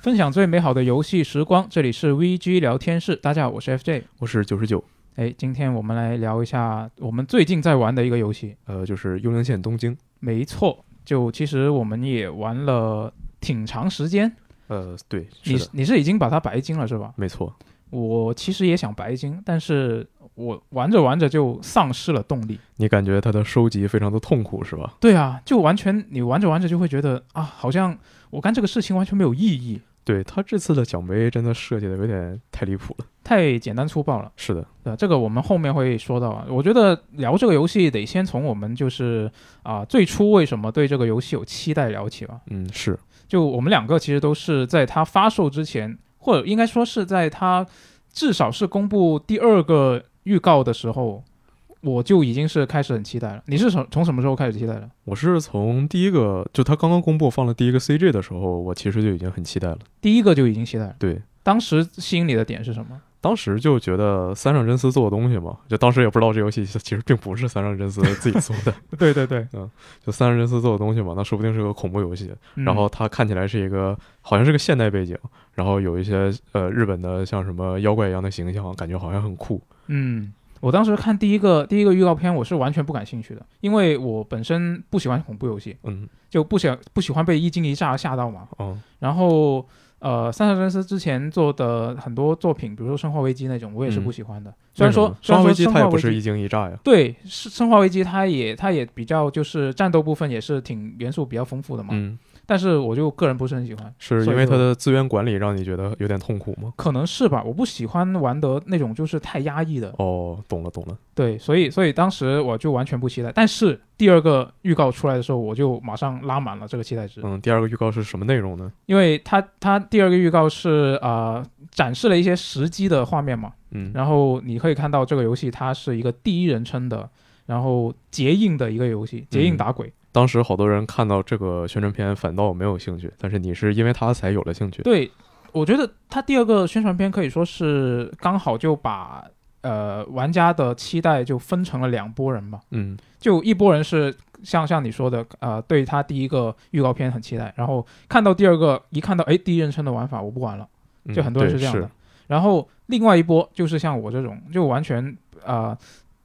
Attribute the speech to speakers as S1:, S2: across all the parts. S1: 分享最美好的游戏时光，这里是 VG 聊天室。大家好，我是 FJ。
S2: 我是九十九，
S1: 哎，今天我们来聊一下我们最近在玩的一个游戏。
S2: 呃，就是《幽灵线：东京》，
S1: 没错，就其实我们也玩了挺长时间。
S2: 呃，对，
S1: 你
S2: 是
S1: 是
S2: 的，
S1: 你是已经把它白金了是吧？
S2: 没错，
S1: 我其实也想白金，但是我玩着玩着就丧失了动力。
S2: 你感觉它的收集非常的痛苦是吧？
S1: 对啊，就完全你玩着玩着就会觉得啊，好像我干这个事情完全没有意义，
S2: 对它这次的奖杯真的设计的有点太离谱了。
S1: 太简单粗暴了。
S2: 是的，
S1: 对，这个我们后面会说到啊。我觉得聊这个游戏得先从我们就是啊、最初为什么对这个游戏有期待聊起吧。
S2: 嗯，是，
S1: 就我们两个其实都是在它发售之前，或者应该说是在它至少是公布第二个预告的时候，我就已经是开始很期待了。你是从从什么时候开始期待的？
S2: 我是从第一个就它刚刚公布放了第一个 CG 的时候，我其实就已经很期待了。
S1: 第一个就已经期待了。
S2: 对，
S1: 当时吸引你的点是什么？
S2: 当时就觉得三上真司做的东西嘛，就当时也不知道这游戏其实并不是三上真司自己做的，
S1: 对对对，
S2: 就三上真司做的东西嘛，那说不定是个恐怖游戏。
S1: 嗯
S2: 然后它看起来是一个好像是个现代背景，然后有一些呃日本的像什么妖怪一样的形象，感觉好像很酷。
S1: 嗯，我当时看第一个第一个预告片，我是完全不感兴趣的，因为我本身不喜欢恐怖游戏，
S2: 嗯，
S1: 就不想不喜欢被一惊一乍吓到嘛。
S2: 哦，
S1: 然后呃，三上真司之前做的很多作品，比如说《生化危机》那种，我也是
S2: 嗯
S1: 不喜欢的。虽然说
S2: 为什么
S1: 《虽然
S2: 生
S1: 说
S2: 化危机》
S1: 生
S2: 它
S1: 化
S2: 也
S1: 危
S2: 不
S1: 机
S2: 是一惊一乍呀。
S1: 对，是《生化危机》，它也它也比较就是战斗部分也是挺元素比较丰富的嘛。
S2: 嗯，
S1: 但是我就个人不是很喜欢，
S2: 是
S1: 所以
S2: 因为它
S1: 说
S2: 的资源管理让你觉得有点痛苦吗？
S1: 可能是吧，我不喜欢玩的那种就是太压抑的。
S2: 哦，懂了懂了。
S1: 对，所以所以当时我就完全不期待，但是第二个预告出来的时候，我就马上拉满了这个期待值，
S2: 嗯，第二个预告是什么内容呢？
S1: 因为它它第二个预告是呃展示了一些实机的画面嘛，
S2: 嗯，
S1: 然后你可以看到这个游戏它是一个第一人称的，然后结印的一个游戏，
S2: 嗯
S1: 结印打鬼，
S2: 当时好多人看到这个宣传片反倒没有兴趣，但是你是因为它才有了兴趣。
S1: 对，我觉得它第二个宣传片可以说是刚好就把呃玩家的期待就分成了两拨人嘛，
S2: 嗯，
S1: 就一波人是像像你说的，呃，对他第一个预告片很期待，然后看到第二个，一看到哎第一人称的玩法我不玩了，
S2: 嗯
S1: 就很多人
S2: 对
S1: 这样的。
S2: 是
S1: 然后另外一波就是像我这种，就完全呃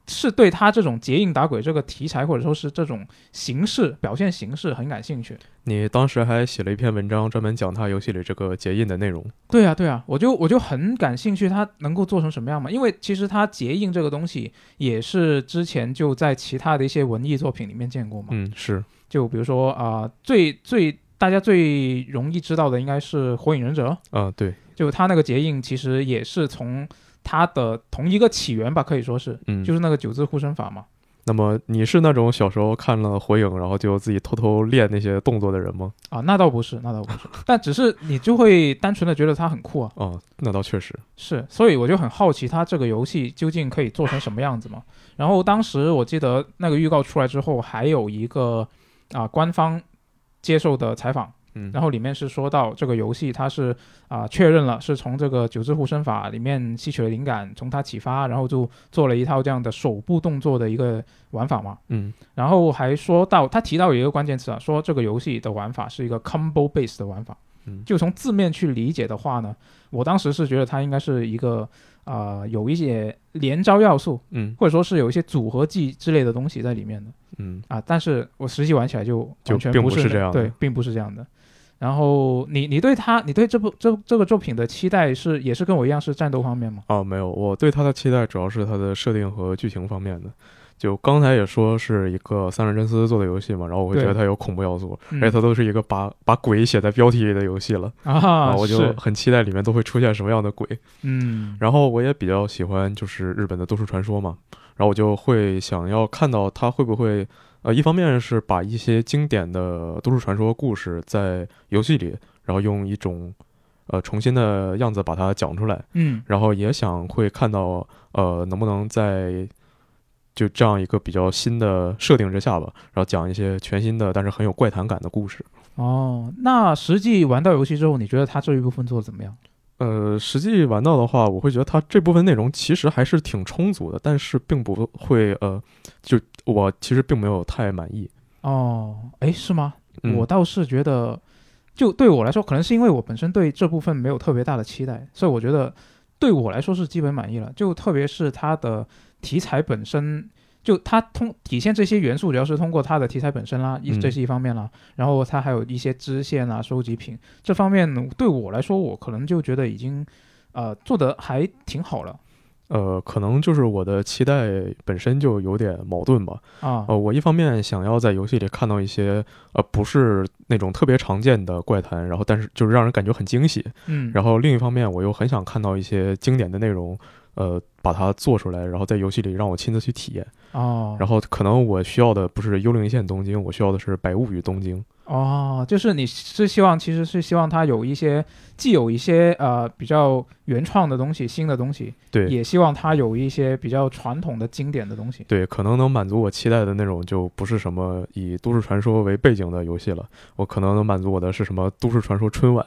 S1: 是对他这种结印打鬼这个题材或者说是这种形式表现形式很感兴趣。
S2: 你当时还写了一篇文章，专门讲它游戏里这个结印的内容。
S1: 对啊，对啊，我就我就很感兴趣，它能够做成什么样嘛？因为其实它结印这个东西也是之前就在其他的一些文艺作品里面见过嘛。
S2: 嗯，是。
S1: 就比如说啊、呃最最大家最容易知道的应该是《火影忍者》，
S2: 啊，对，
S1: 就它那个结印其实也是从它的同一个起源吧，可以说是，
S2: 嗯，
S1: 就是那个九字护身法嘛。
S2: 那么你是那种小时候看了《火影》，然后就自己偷偷练那些动作的人吗？
S1: 啊，那倒不是，那倒不是，但只是你就会单纯的觉得它很酷啊，
S2: 哦，那倒确实，
S1: 是，所以我就很好奇它这个游戏究竟可以做成什么样子嘛。然后当时我记得那个预告出来之后，还有一个啊、官方接受的采访，
S2: 嗯
S1: 然后里面是说到这个游戏它是啊、确认了是从这个九字护身法里面吸取了灵感，从它启发，然后就做了一套这样的手部动作的一个玩法嘛。
S2: 嗯，
S1: 然后还说到他提到有一个关键词啊，说这个游戏的玩法是一个 combo base 的玩法。
S2: 嗯
S1: 就从字面去理解的话呢，我当时是觉得它应该是一个啊、呃有一些连招要素，
S2: 嗯
S1: 或者说是有一些组合技之类的东西在里面的。
S2: 嗯，
S1: 啊，但是我实际玩起来就
S2: 就
S1: 完全
S2: 并
S1: 不
S2: 不是
S1: 那
S2: 这样的
S1: 对，并不是这样的。然后你你对他，你对这部这这个作品的期待是也是跟我一样是战斗方面吗？
S2: 哦，没有，我对它的期待主要是它的设定和剧情方面的。就刚才也说是一个三上真司做的游戏嘛，然后我会
S1: 对
S2: 觉得它有恐怖要素，
S1: 嗯
S2: 而且它都是一个把把鬼写在标题里的游戏了，
S1: 啊，
S2: 我就是很期待里面都会出现什么样的鬼。
S1: 嗯
S2: 然后我也比较喜欢就是日本的都市传说嘛，然后我就会想要看到它会不会，呃，一方面是把一些经典的都市传说故事在游戏里，然后用一种呃重新的样子把它讲出来，
S1: 嗯
S2: 然后也想会看到呃能不能在就这样一个比较新的设定之下吧，然后讲一些全新的但是很有怪谈感的故事。
S1: 哦，那实际玩到游戏之后，你觉得他这一部分做的怎么样？
S2: 呃，实际玩到的话，我会觉得它这部分内容其实还是挺充足的，但是并不会呃，就我其实并没有太满意。
S1: 哦，诶，是吗？
S2: 嗯
S1: 我倒是觉得就对我来说，可能是因为我本身对这部分没有特别大的期待，所以我觉得对我来说是基本满意了。就特别是它的题材本身，就它通体现这些元素，主要是通过它的题材本身啦，一
S2: 嗯
S1: 这是一方面啦。然后它还有一些支线啊、收集品这方面，对我来说，我可能就觉得已经呃做得还挺好了
S2: 呃，可能就是我的期待本身就有点矛盾吧。
S1: 啊。
S2: 呃，我一方面想要在游戏里看到一些呃不是那种特别常见的怪谈，然后但是就是让人感觉很惊喜。
S1: 嗯，
S2: 然后另一方面，我又很想看到一些经典的内容，呃，把它做出来，然后在游戏里让我亲自去体验。
S1: 哦，
S2: 然后可能我需要的不是《幽灵一线东京》，我需要的是《白物语东京》。
S1: 哦，就是你是希望，其实是希望它有一些，既有一些呃比较原创的东西、新的东西，
S2: 对
S1: 也希望它有一些比较传统的经典的东西。
S2: 对，可能能满足我期待的那种，就不是什么以都市传说为背景的游戏了。我可能能满足我的是什么都市传说春晚。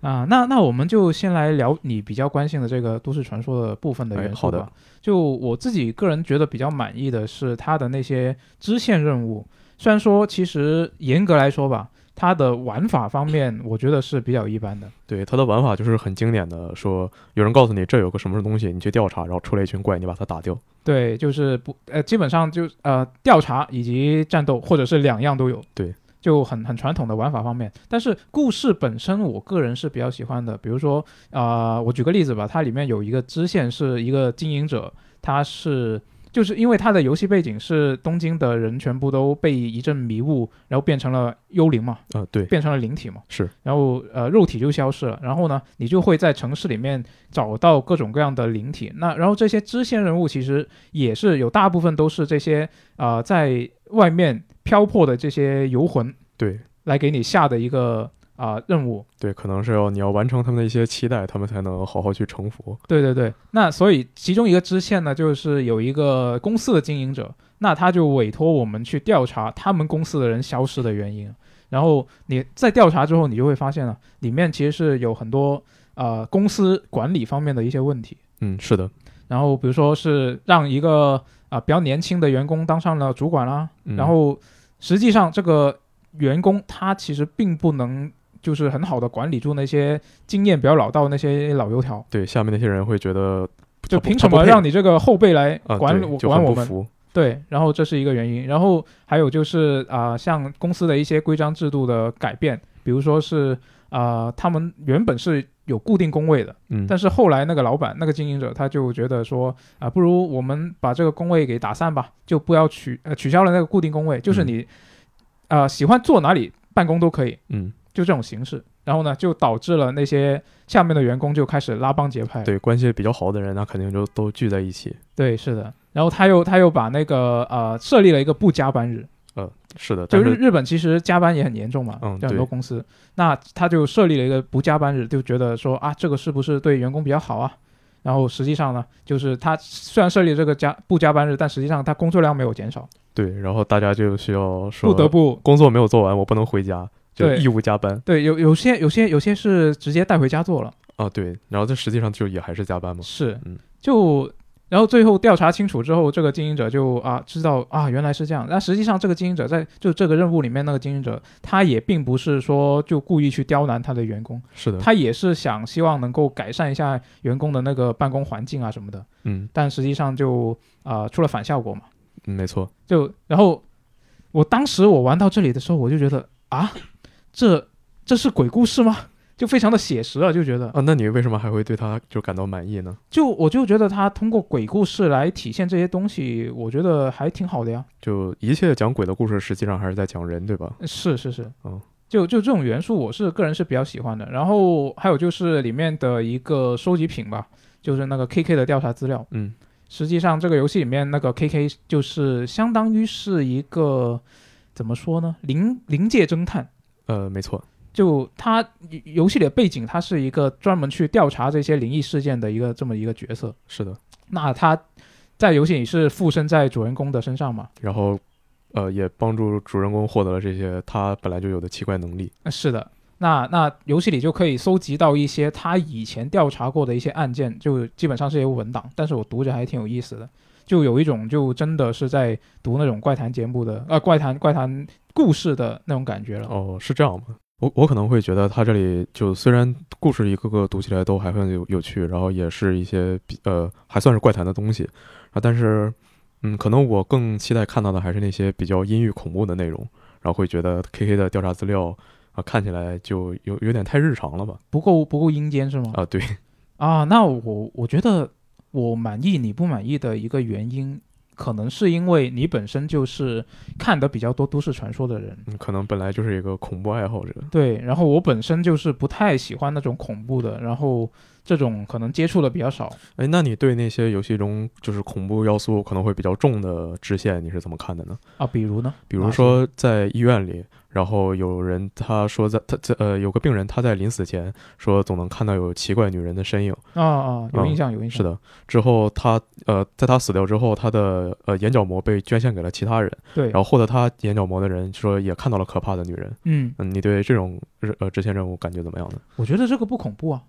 S1: 啊、那那我们就先来聊你比较关心的这个都市传说的部分的
S2: 哎
S1: 元素
S2: 好
S1: 吧。
S2: 的
S1: 就我自己个人觉得比较满意的是它的那些支线任务，虽然说其实严格来说吧，它的玩法方面我觉得是比较一般的。
S2: 对它的玩法就是很经典的，说有人告诉你这有个什么东西，你去调查，然后出来一群怪，你把它打掉。
S1: 对，就是不呃，基本上就呃调查以及战斗，或者是两样都有。
S2: 对，
S1: 就很很传统的玩法方面，但是故事本身，我个人是比较喜欢的。比如说，呃，我举个例子吧，它里面有一个支线是一个经营者，他是就是因为他的游戏背景是东京的人全部都被一阵迷雾，然后变成了幽灵嘛，
S2: 啊、对，
S1: 变成了灵体嘛，
S2: 是，
S1: 然后呃肉体就消失了，然后呢，你就会在城市里面找到各种各样的灵体。那然后这些支线人物其实也是有大部分都是这些呃在外面漂泊的这些游魂
S2: 对
S1: 来给你下的一个啊、呃任务。
S2: 对，可能是要你要完成他们的一些期待，他们才能好好去成佛。
S1: 对对对，那所以其中一个支线呢，就是有一个公司的经营者，那他就委托我们去调查他们公司的人消失的原因。然后你在调查之后，你就会发现啊，里面其实是有很多呃公司管理方面的一些问题。
S2: 嗯，是的，
S1: 然后比如说是让一个啊、比较年轻的员工当上了主管啦，
S2: 嗯
S1: 然后实际上这个员工他其实并不能就是很好的管理住那些经验比较老道的那些老油条，
S2: 对下面那些人会觉得
S1: 就
S2: 啊他不
S1: 凭什
S2: 他不
S1: 么
S2: 配
S1: 让你这个后辈来
S2: 啊、
S1: 管
S2: 对
S1: 我
S2: 就
S1: 管
S2: 很
S1: 我
S2: 不
S1: 们？
S2: 服。
S1: 对，然后这是一个原因，然后还有就是啊、像公司的一些规章制度的改变，比如说是啊、他们原本是有固定工位的，
S2: 嗯，
S1: 但是后来那个老板、那个经营者他就觉得说啊、不如我们把这个工位给打散吧，就不要取呃取消了那个固定工位，就是
S2: 嗯
S1: 你啊、喜欢坐哪里办公都可以，
S2: 嗯，
S1: 就这种形式。然后呢，就导致了那些下面的员工就开始拉帮结派。
S2: 对关系比较好的人，那肯定就都聚在一起。
S1: 对，是的。然后他又他又把那个呃设立了一个不加班日，
S2: 是的，
S1: 就
S2: 但
S1: 日
S2: 是
S1: 日本其实加班也很严重嘛，
S2: 嗯
S1: 就很
S2: 对
S1: 多公司，那他就设立了一个不加班日，就觉得说啊，这个是不是对员工比较好啊？然后实际上呢，就是他虽然设立这个加不加班日，但实际上他工作量没有减少，
S2: 对，然后大家就需要说
S1: 不得不
S2: 工作没有做完，我不能回家，就
S1: 对
S2: 义务加班
S1: 对有有些有些有些是直接带回家做了，
S2: 啊。对，然后这实际上就也还是加班嘛。
S1: 是
S2: 嗯，
S1: 就然后最后调查清楚之后，这个经营者就啊知道啊原来是这样，那实际上这个经营者在就这个任务里面那个经营者，他也并不是说就故意去刁难他的员工。
S2: 是的，
S1: 他也是想希望能够改善一下员工的那个办公环境啊什么的，
S2: 嗯，
S1: 但实际上就啊、呃出了反效果嘛。
S2: 嗯没错，
S1: 就然后我当时我玩到这里的时候，我就觉得啊，这这是鬼故事吗？就非常的写实啊，就觉得
S2: 啊，那你为什么还会对他就感到满意呢？
S1: 就我就觉得他通过鬼故事来体现这些东西，我觉得还挺好的呀。
S2: 就一切讲鬼的故事，实际上还是在讲人，对吧？
S1: 呃是是是，
S2: 嗯
S1: 就就这种元素，我是个人是比较喜欢的。然后还有就是里面的一个收集品吧，就是那个 KK 的调查资料。
S2: 嗯，
S1: 实际上这个游戏里面那个 KK 就是相当于是一个怎么说呢，灵灵界侦探。
S2: 呃，没错，
S1: 就他游游戏里的背景，他是一个专门去调查这些灵异事件的一个这么一个角色。
S2: 是的。
S1: 那他在游戏里是附身在主人公的身上嘛？
S2: 然后，呃，也帮助主人公获得了这些他本来就有的奇怪能力。
S1: 呃是的，那那游戏里就可以搜集到一些他以前调查过的一些案件，就基本上是一个文档，但是我读着还挺有意思的。就有一种就真的是在读那种怪谈节目的呃怪谈怪谈故事的那种感觉了。
S2: 哦，是这样吗？我我可能会觉得它这里就虽然故事一个个读起来都还很有有趣，然后也是一些比呃还算是怪谈的东西啊，但是嗯，可能我更期待看到的还是那些比较阴郁恐怖的内容，然后会觉得 K K 的调查资料啊看起来就有有点太日常了吧？
S1: 不够不够阴间是吗？
S2: 啊，对，
S1: 啊，那我我觉得我满意你不满意的一个原因，可能是因为你本身就是看的比较多都市传说的人，
S2: 嗯可能本来就是一个恐怖爱好者，
S1: 对。然后我本身就是不太喜欢那种恐怖的，然后这种可能接触的比较少。
S2: 哎，那你对那些游戏中就是恐怖要素可能会比较重的支线，你是怎么看的呢？
S1: 啊，比如呢？
S2: 比如说在医院里，然后有人他说在他在呃有个病人他在临死前说总能看到有奇怪女人的身影，
S1: 啊啊，有
S2: 嗯
S1: 印象，有印象。
S2: 是，的。之后他呃在他死掉之后，他的呃眼角膜被捐献给了其他人，
S1: 对
S2: 然。后获得他眼角膜的人说也看到了可怕的女人。
S1: 嗯，
S2: 嗯，你对这种呃支线任务感觉怎么样呢？
S1: 我觉得这个不恐怖啊，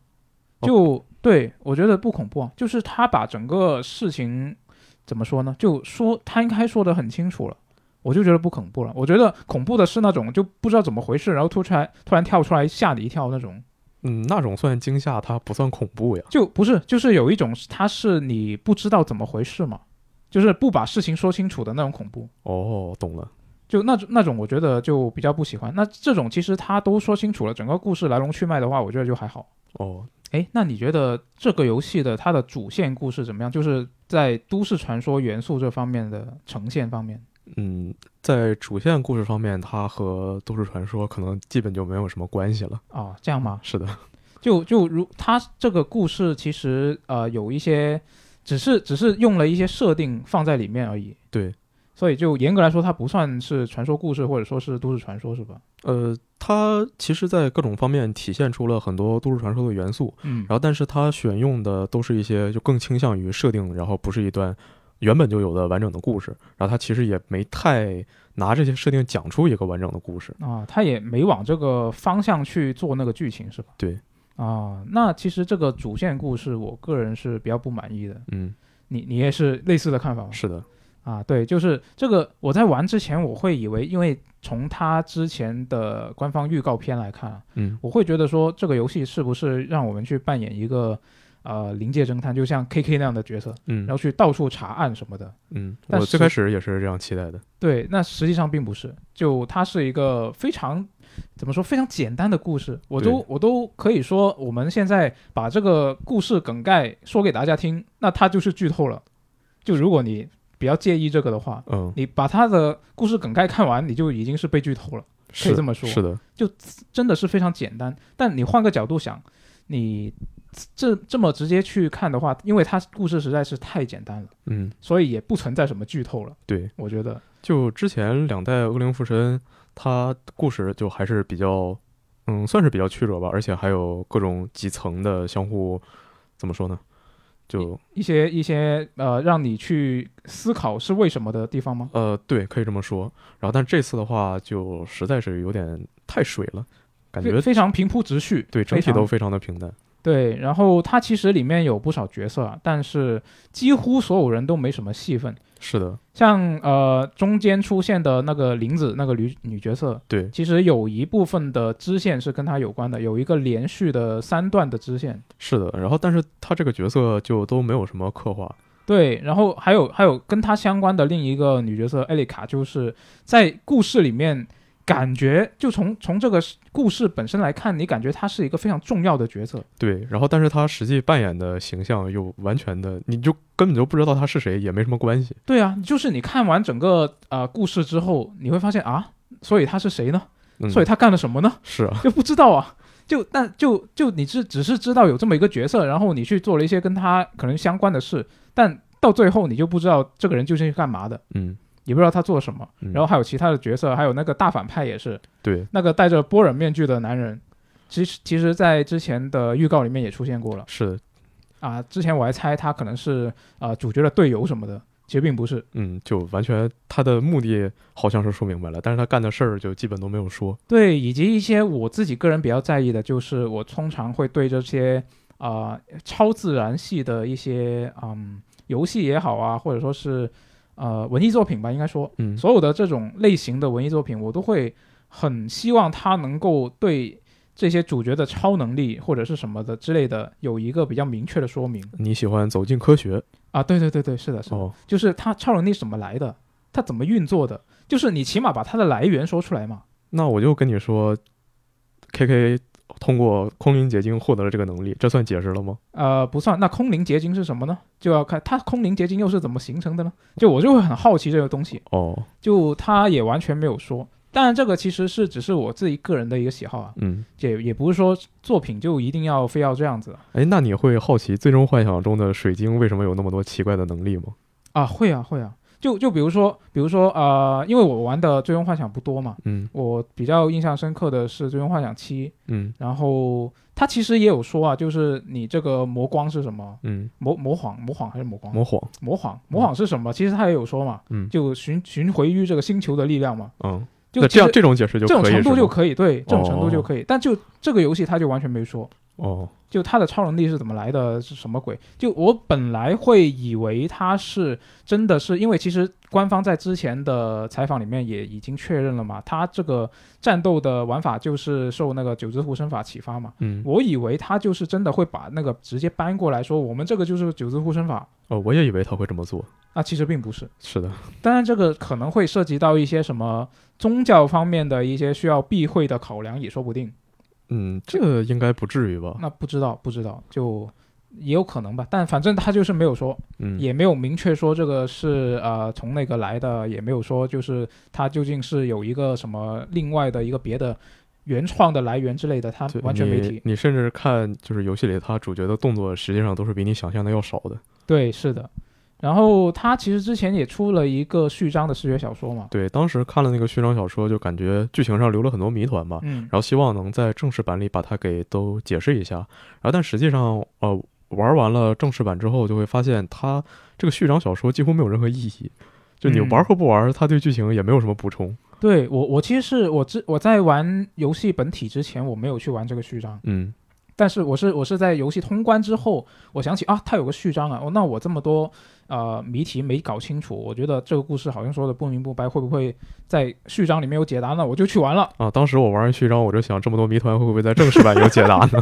S2: 哦
S1: 就、对我觉得不恐怖啊，就是他把整个事情怎么说呢，就说摊开说的很清楚了。我就觉得不恐怖了，我觉得恐怖的是那种就不知道怎么回事，然后突然突然跳出来吓你一跳那种，
S2: 嗯，那种算惊吓，它不算恐怖呀。
S1: 就不是就是有一种它是你不知道怎么回事嘛，就是不把事情说清楚的那种恐怖，
S2: 哦，懂了。
S1: 就那种那种我觉得就比较不喜欢。那这种其实他都说清楚了整个故事来龙去脉的话，我觉得就还好。
S2: 哦，
S1: 哎，那你觉得这个游戏的它的主线故事怎么样？就是在都市传说元素这方面的呈现方面。
S2: 嗯，在主线故事方面，它和都市传说可能基本就没有什么关系了。
S1: 啊、这样吗？
S2: 是的，
S1: 就就如它这个故事其实呃有一些，只是只是用了一些设定放在里面而已。
S2: 对，
S1: 所以就严格来说，它不算是传说故事，或者说是都市传说，是吧？
S2: 呃，它其实，在各种方面体现出了很多都市传说的元素，
S1: 嗯
S2: 然后，但是它选用的都是一些就更倾向于设定，然后不是一段原本就有的完整的故事，然后它其实也没太拿这些设定讲出一个完整的故事。
S1: 啊，他也没往这个方向去做那个剧情，是吧？
S2: 对。
S1: 啊，那其实这个主线故事，我个人是比较不满意的。
S2: 嗯，
S1: 你你也是类似的看法吗？
S2: 是的，
S1: 啊，对，就是这个。我在玩之前，我会以为，因为从它之前的官方预告片来看啊，
S2: 嗯
S1: 我会觉得说，这个游戏是不是让我们去扮演一个呃临界侦探，就像 K K 那样的角色，
S2: 嗯
S1: 然后去到处查案什么的。
S2: 嗯，
S1: 但
S2: 我最
S1: 是
S2: 开始也是这样期待的。
S1: 对，那实际上并不是，就它是一个非常怎么说非常简单的故事，我都
S2: 对
S1: 我都可以说，我们现在把这个故事梗概说给大家听，那它就是剧透了。就如果你比较介意这个的话，
S2: 嗯，
S1: 你把他的故事梗概看完，你就已经是被剧透了，
S2: 是
S1: 以这么说
S2: 是的，
S1: 真的是非常简单。但你换个角度想，你这这么直接去看的话，因为它故事实在是太简单了，
S2: 嗯，
S1: 所以也不存在什么剧透了。
S2: 对。
S1: 我觉得
S2: 就之前两代恶灵附身，它故事就还是比较，嗯，算是比较曲折吧，而且还有各种几层的相互，怎么说呢？就
S1: 一些 一些呃，让你去思考是为什么的地方吗？
S2: 呃，对，可以这么说。然后，但这次的话，就实在是有点太水了，感
S1: 非
S2: 觉
S1: 非常平铺直叙，
S2: 对整
S1: 非
S2: 体
S1: 常
S2: 都非常的平淡。
S1: 对。然后它其实里面有不少角色啊，但是几乎所有人都没什么戏份。
S2: 是的，
S1: 像呃中间出现的那个林子那个女女角色，
S2: 对
S1: 其实有一部分的支线是跟她有关的，有一个连续的三段的支线。
S2: 是的。然后，但是他这个角色就都没有什么刻画。
S1: 对，然后还有还有跟她相关的另一个女角色艾丽卡，就是在故事里面，感觉就从从这个故事本身来看，你感觉她是一个非常重要的角色。
S2: 对，然后但是他实际扮演的形象又完全的，你就根本就不知道他是谁，也没什么关系。
S1: 对啊，就是你看完整个呃故事之后，你会发现啊，所以她是谁呢？
S2: 嗯，
S1: 所以她干了什么呢？
S2: 是啊，
S1: 就不知道啊。就但就就你是只是知道有这么一个角色，然后你去做了一些跟他可能相关的事，但到最后你就不知道这个人究竟是干嘛的，
S2: 嗯，
S1: 也不知道他做什么。
S2: 嗯
S1: 然后还有其他的角色，还有那个大反派也是
S2: 对，
S1: 那个戴着波尔面具的男人，其实其实在之前的预告里面也出现过了
S2: 是的，
S1: 啊。之前我还猜他可能是呃主角的队友什么的，其实并不是。
S2: 嗯，就完全他的目的好像是说明白了，但是他干的事儿就基本都没有说。
S1: 对，以及一些我自己个人比较在意的，就是我通常会对这些啊、呃超自然系的一些嗯游戏也好啊，或者说是呃文艺作品吧，应该说，
S2: 嗯
S1: 所有的这种类型的文艺作品，我都会很希望它能够对这些主角的超能力或者是什么的之类的有一个比较明确的说明
S2: 你喜欢走进科学
S1: 啊。对对对对，是的，是的，
S2: 哦，
S1: 就是它超能力怎么来的，它怎么运作的，就是你起码把它的来源说出来嘛。
S2: 那我就跟你说，K K 通过空灵结晶获得了这个能力，这算解释了吗？
S1: 呃，不算。那空灵结晶是什么呢？就要看它空灵结晶又是怎么形成的呢？就我就会很好奇这个东西，
S2: 哦，
S1: 就它也完全没有说。当然，这个其实是只是我自己个人的一个喜好啊，
S2: 嗯，
S1: 也也不是说作品就一定要非要这样子。啊
S2: 哎，那你会好奇《最终幻想》中的水晶为什么有那么多奇怪的能力吗？
S1: 啊，会啊，会啊。就就比如说，比如说，呃，因为我玩的《最终幻想》不多嘛，
S2: 嗯
S1: 我比较印象深刻的是《最终幻想七》，
S2: 嗯
S1: 然后它其实也有说啊，就是你这个魔光是什么？
S2: 嗯，
S1: 魔魔晃，魔晃还是魔光？
S2: 魔谎，
S1: 魔晃，魔晃是什么？其实它也有说嘛，
S2: 嗯
S1: 就寻寻回于这个星球的力量嘛，
S2: 嗯，
S1: 就
S2: 那
S1: 其
S2: 这样
S1: 实
S2: 这种解释就
S1: 这种
S2: 可以
S1: 程度
S2: 是
S1: 就
S2: 吗
S1: 可以，对，这种程度就
S2: 哦
S1: 可以。但就这个游戏，它就完全没说。
S2: 哦，
S1: 就他的超能力是怎么来的，是什么鬼？就我本来会以为他是真的是，因为其实官方在之前的采访里面也已经确认了嘛，他这个战斗的玩法就是受那个九之护身法启发嘛。
S2: 嗯，
S1: 我以为他就是真的会把那个直接搬过来说，我们这个就是九之护身法，
S2: 哦，我也以为他会这么做。
S1: 那其实并不是。
S2: 是的，
S1: 当然，这个可能会涉及到一些什么宗教方面的一些需要避讳的考量，也说不定。
S2: 嗯，这应该不至于吧？
S1: 那不知道，不知道，就也有可能吧。但反正他就是没有说，
S2: 嗯，
S1: 也没有明确说这个是呃从那个来的，也没有说就是它究竟是有一个什么另外的一个别的原创的来源之类的，他
S2: 对
S1: 完全没
S2: 你
S1: 提。
S2: 你甚至看就是游戏里他主角的动作，实际上都是比你想象的要少的。
S1: 对，是的。然后他其实之前也出了一个序章的视觉小说嘛，
S2: 对，当时看了那个序章小说，就感觉剧情上留了很多谜团吧，
S1: 嗯
S2: 然后希望能在正式版里把它给都解释一下。然后但实际上，呃，玩完了正式版之后，就会发现它这个序章小说几乎没有任何意义。就你
S1: 嗯
S2: 玩和不玩，它对剧情也没有什么补充。
S1: 对我我其实是我之我在玩游戏本体之前我没有去玩这个序章，
S2: 嗯
S1: 但是我是我是在游戏通关之后，我想起啊，它有个序章啊，哦，那我这么多呃谜题没搞清楚，我觉得这个故事好像说的不明不白，会不会在序章里面有解答呢？我就去玩了，
S2: 啊，当时我玩完序章，我就想这么多谜团会不会在正式版有解答呢？，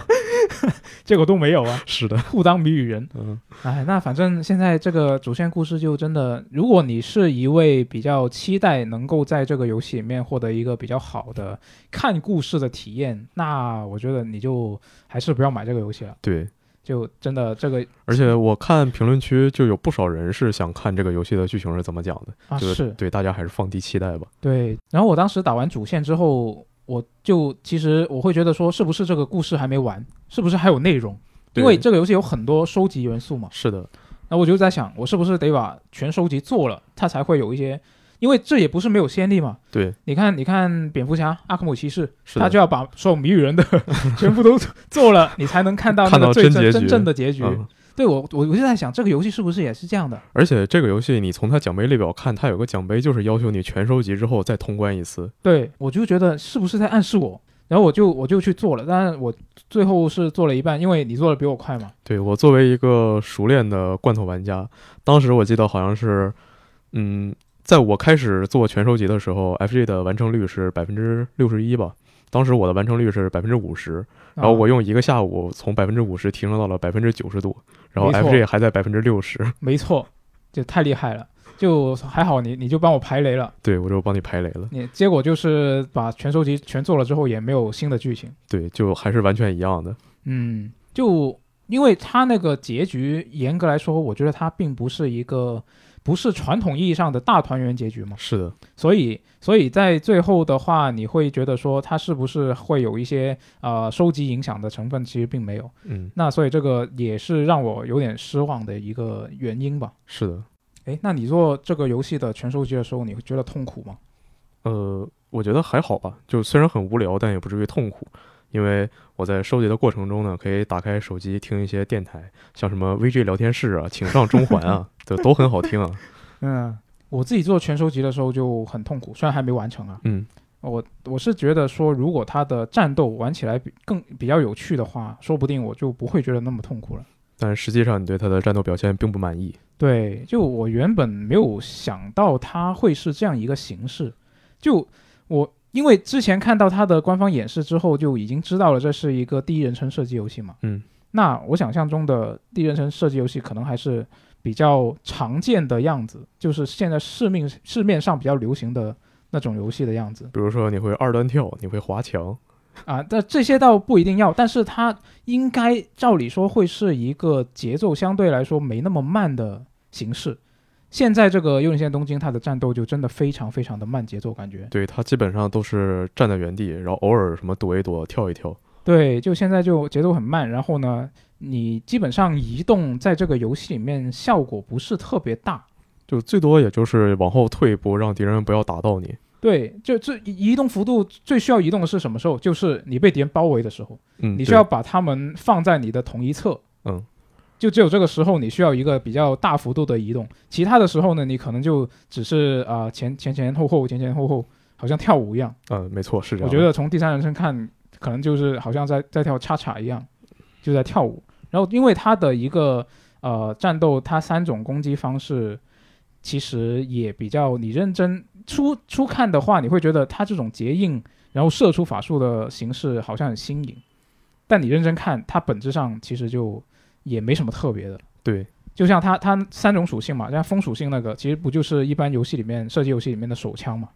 S1: 结果都没有啊
S2: 是的，
S1: 互当谜语人。
S2: 嗯
S1: 哎，那反正现在这个主线故事就真的，如果你是一位比较期待能够在这个游戏里面获得一个比较好的看故事的体验，那我觉得你就还是不要买这个游戏了，
S2: 对。
S1: 就真的这个
S2: 而且我看评论区就有不少人是想看这个游戏的剧情是怎么讲的，
S1: 啊。
S2: 就是对大家还是放低期待吧。
S1: 对，然后我当时打完主线之后，我就其实我会觉得说，是不是这个故事还没完，是不是还有内容？因为这个游戏有很多收集元素嘛，
S2: 是的，
S1: 那我就在想，我是不是得把全收集做了，它才会有一些，因为这也不是没有先例嘛。
S2: 对，
S1: 你看，你看蝙蝠侠、阿克姆骑士，
S2: 是的
S1: 他就要把所有谜语人的 全部都做了，你才能看到那
S2: 看到
S1: 个最
S2: 真
S1: 真
S2: 结
S1: 真
S2: 局
S1: 正的结局。
S2: 嗯，
S1: 对我，我我就在想，这个游戏是不是也是这样的？
S2: 而且这个游戏你从它奖杯列表看，它有个奖杯就是要求你全收集之后再通关一次。
S1: 对，我就觉得是不是在暗示我，然后我就我就去做了，但是我最后是做了一半，因为你做的比我快嘛。
S2: 对我作为一个熟练的罐头玩家，当时我记得好像是，嗯，在我开始做全收集的时候，FG 的完成率是百分之六十一吧。当时我的完成率是百分之五十，然哦后我
S1: 又
S2: 用一个下午从百分之五十提升到了百分之九十多，然后
S1: 没错
S2: FG 还在百分之六十，
S1: 没错，就太厉害了，就还好你你就帮我排雷了，
S2: 对我就帮你排雷了。
S1: 你结果就是把全收集全做了之后也没有新的剧情，
S2: 对，就还是完全一样的。
S1: 嗯，就因为它那个结局严格来说，我觉得它并不是一个不是传统意义上的大团圆结局嘛。
S2: 啊是的，
S1: 所以，所以在最后的话，你会觉得说它是不是会有一些呃收集影响的成分？其实并没有。
S2: 嗯，
S1: 那所以这个也是让我有点失望的一个原因吧。
S2: 是的。
S1: 诶，那你做这个游戏的全收集的时候，你会觉得痛苦吗？
S2: 呃，我觉得还好吧，就虽然很无聊，但也不至于痛苦。因为我在收集的过程中呢，可以打开手机听一些电台，像什么 VG 聊天室啊、请上中环啊，对，都很好听啊。
S1: 嗯，我自己做全收集的时候就很痛苦，虽然还没完成啊。
S2: 嗯，
S1: 我我是觉得说，如果它的战斗玩起来比更比较有趣的话，说不定我就不会觉得那么痛苦了。
S2: 但实际上你对他的战斗表现并不满意。
S1: 对，就我原本没有想到它会是这样一个形式，就我因为之前看到它的官方演示之后，就已经知道了这是一个第一人称射击游戏嘛。
S2: 嗯，
S1: 那我想象中的第一人称射击游戏可能还是比较常见的样子，就是现在市面市面上比较流行的那种游戏的样子
S2: 比如说你会二段跳，你会滑墙，
S1: 啊。但这些倒不一定要，但是它应该照理说会是一个节奏相对来说没那么慢的形式。现在这个《幽灵线：东京》它的战斗就真的非常非常的慢节奏，感觉
S2: 对他基本上都是站在原地，然后偶尔什么躲一躲、跳一跳。
S1: 对，就现在就节奏很慢，然后呢，你基本上移动在这个游戏里面效果不是特别大。
S2: 就最多也就是往后退一步，让敌人不要打到你。
S1: 对，就这移动幅度最需要移动的是什么时候？就是你被敌人包围的时候，
S2: 嗯，
S1: 你
S2: 对
S1: 需要把他们放在你的同一侧。
S2: 嗯，
S1: 就只有这个时候你需要一个比较大幅度的移动，其他的时候呢，你可能就只是啊、呃前前前后后前前后后，好像跳舞一样。
S2: 嗯，没错，是这
S1: 我
S2: 样的。
S1: 觉得从第三人称看，可能就是好像在在跳叉叉一样，就在跳舞。然后因为它的一个呃战斗，它三种攻击方式其实也比较，你认真初初看的话，你会觉得它这种结印然后射出法术的形式好像很新颖，但你认真看，它本质上其实就也没什么特别的。
S2: 对，
S1: 就像它它三种属性嘛，像风属性那个，其实不就是一般游戏里面射击游戏里面的手枪嘛？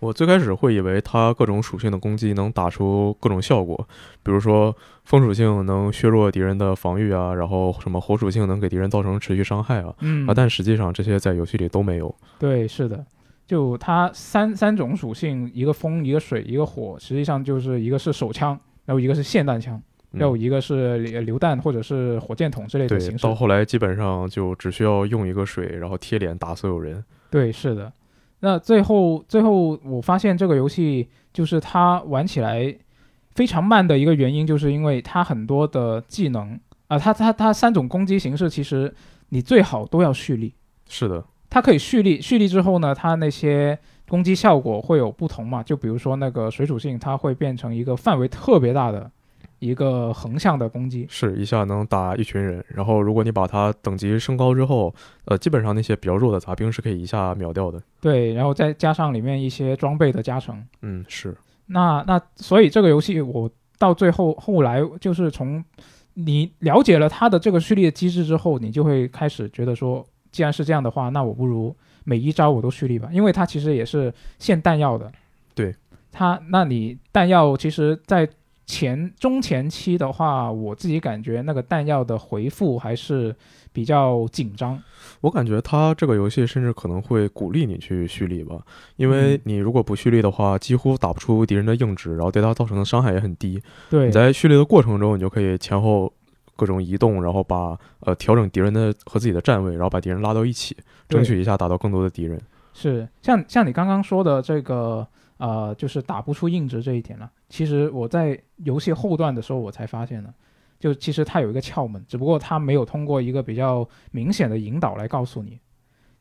S2: 我最开始会以为它各种属性的攻击能打出各种效果，比如说风属性能削弱敌人的防御啊，然后什么火属性能给敌人造成持续伤害啊。
S1: 嗯
S2: 啊，但实际上这些在游戏里都没有。
S1: 对，是的，就它三三种属性，一个风，一个水，一个火，实际上就是一个是手枪，然后一个是霰弹枪，
S2: 嗯
S1: 还有一个是榴呃榴弹或者是火箭筒之类的
S2: 对，
S1: 形式
S2: 到。后来基本上就只需要用一个水，然后贴脸打所有人。
S1: 对，是的。那最后最后我发现这个游戏就是它玩起来非常慢的一个原因，就是因为它很多的技能啊、它它它三种攻击形式，其实你最好都要蓄力。
S2: 是的，
S1: 它可以蓄力，蓄力之后呢，它那些攻击效果会有不同嘛？就比如说那个水属性，它会变成一个范围特别大的一个横向的攻击。
S2: 是一下能打一群人，然后如果你把它等级升高之后，呃，基本上那些比较弱的杂兵是可以一下秒掉的。
S1: 对，然后再加上里面一些装备的加成。
S2: 嗯，是
S1: 那那所以这个游戏我到最后后来就是从你了解了它的这个蓄力的机制之后，你就会开始觉得说，既然是这样的话，那我不如每一招我都蓄力吧，因为它其实也是限弹药的。
S2: 对，
S1: 它那你弹药其实，在前中前期的话，我自己感觉那个弹药的回复还是比较紧张。
S2: 我感觉它这个游戏甚至可能会鼓励你去蓄力吧，因为
S1: 嗯
S2: 你如果不蓄力的话，几乎打不出敌人的硬直，然后对他造成的伤害也很低。
S1: 对
S2: 你，在蓄力的过程中，你就可以前后各种移动，然后把呃调整敌人的和自己的站位，然后把敌人拉到一起，
S1: 对
S2: 争取一下打到更多的敌人。
S1: 是像像你刚刚说的这个呃，就是打不出硬直这一点了。其实我在游戏后段的时候我才发现的，就其实它有一个窍门，只不过它没有通过一个比较明显的引导来告诉你。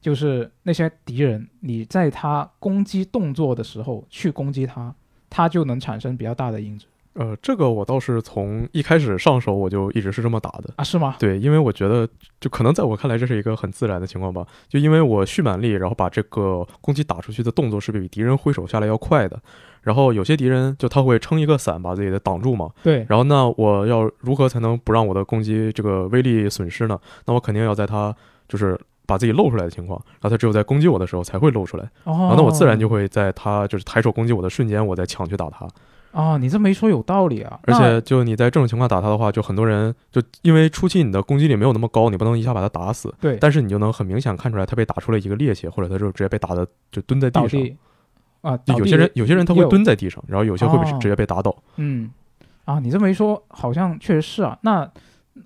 S1: 就是那些敌人，你在他攻击动作的时候去攻击他，他就能产生比较大的硬直
S2: 呃，这个我倒是从一开始上手我就一直是这么打的。
S1: 啊，是吗？
S2: 对，因为我觉得，就可能在我看来，这是一个很自然的情况吧。就因为我蓄满力，然后把这个攻击打出去的动作是比敌人挥手下来要快的。然后有些敌人就他会撑一个伞把自己的挡住嘛。
S1: 对，
S2: 然后那我要如何才能不让我的攻击这个威力损失呢？那我肯定要在他就是把自己露出来的情况，然后他只有在攻击我的时候才会露出来。然
S1: 哦
S2: 后，那我自然就会在他就是抬手攻击我的瞬间，我再抢去打他。
S1: 哦，你这么一说有道理啊，
S2: 而
S1: 那
S2: 且就你在这种情况打他的话，就很多人就因为初期你的攻击力没有那么高，你不能一下把他打死，
S1: 对，
S2: 但是你就能很明显看出来他被打出了一个趔趄，或者他就直接被打的就蹲在
S1: 倒
S2: 地上。
S1: 地啊，
S2: 就
S1: 倒
S2: 有
S1: 地
S2: 些人有些人他会
S1: 也有
S2: 蹲在地上，然后有些会被
S1: 哦
S2: 直接被打倒。
S1: 嗯，啊，你这么一说，好像确实是啊。那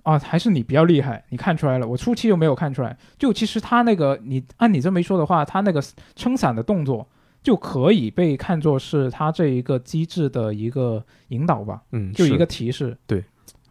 S1: 啊，还是你比较厉害，你看出来了。我初期又没有看出来。就其实他那个，你按你这么一说的话，他那个撑伞的动作就可以被看作是他这一个机制的一个引导吧，
S2: 嗯，
S1: 就一
S2: 是
S1: 个提示。
S2: 对，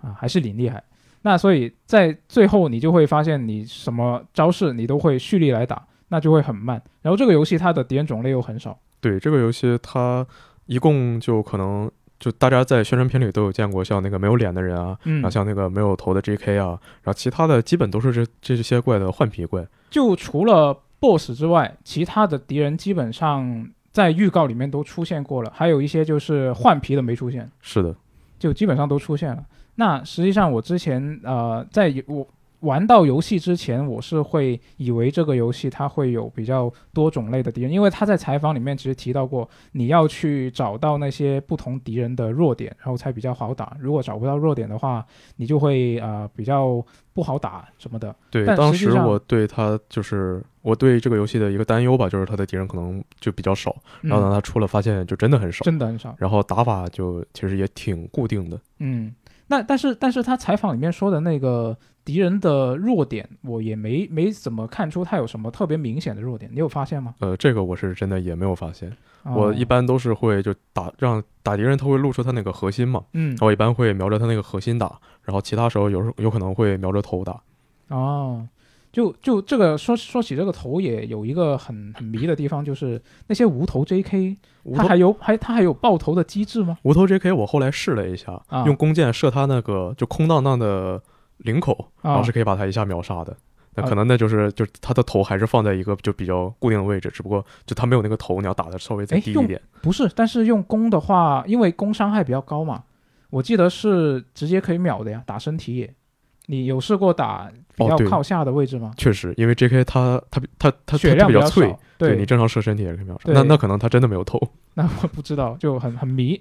S1: 啊，还是你厉害。那所以在最后，你就会发现你什么招式你都会蓄力来打，那就会很慢。然后这个游戏它的敌人种类又很少。
S2: 对这个游戏它一共就可能就大家在宣传片里都有见过，像那个没有脸的人啊，
S1: 嗯
S2: 然后，像那个没有头的 J.K. 啊，然后其他的基本都是这这些怪的换皮怪。
S1: 就除了 BOSS 之外，其他的敌人基本上在预告里面都出现过了，还有一些就是换皮的没出现，
S2: 是的，
S1: 就基本上都出现了。那实际上我之前呃，在游我玩到游戏之前，我是会以为这个游戏它会有比较多种类的敌人，因为他在采访里面其实提到过，你要去找到那些不同敌人的弱点，然后才比较好打。如果找不到弱点的话，你就会呃比较不好打什么的。
S2: 对，
S1: 但
S2: 当
S1: 实际
S2: 时
S1: 上
S2: 我对他就是我对这个游戏的一个担忧吧，就是他的敌人可能就比较少，
S1: 嗯
S2: 然后呢，他出了发现就真的很少，
S1: 真的很少。
S2: 然后打法就其实也挺固定的。
S1: 嗯，那但是但是他采访里面说的那个敌人的弱点，我也没没怎么看出他有什么特别明显的弱点，你有发现吗？
S2: 呃，这个我是真的也没有发现，我
S1: 哦
S2: 一般都是会就打让打敌人，他会露出他那个核心嘛，
S1: 嗯
S2: 我一般会瞄着他那个核心打，然后其他时候有时候有可能会瞄着头打。
S1: 哦，就就这个说说起这个头也有一个很很迷的地方，就是那些无头 JK，
S2: 无
S1: 他
S2: 头
S1: 还有还他还有爆头的机制吗？
S2: 无头 J.K. 我后来试了一下，
S1: 啊
S2: 用弓箭射他那个就空荡荡的领口，然
S1: 啊
S2: 后哦是可以把他一下秒杀的。那
S1: 啊
S2: 可能那就是就是他的头还是放在一个就比较固定的位置，只不过就他没有那个头，你要打的稍微再
S1: 哎
S2: 低
S1: 用
S2: 一点。
S1: 不是，但是用弓的话，因为弓伤害比较高嘛，我记得是直接可以秒的呀，打身体也。你有试过打比
S2: 哦
S1: 较
S2: 对
S1: 靠下的位置吗？
S2: 确实，因为 J.K. 他他他他
S1: 血
S2: 他
S1: 量
S2: 比
S1: 较
S2: 较脆
S1: 少，，对
S2: 你正常射身体也是可以秒杀。
S1: 对
S2: 那那可能他真的没有头。
S1: 那我不知道，就很很迷。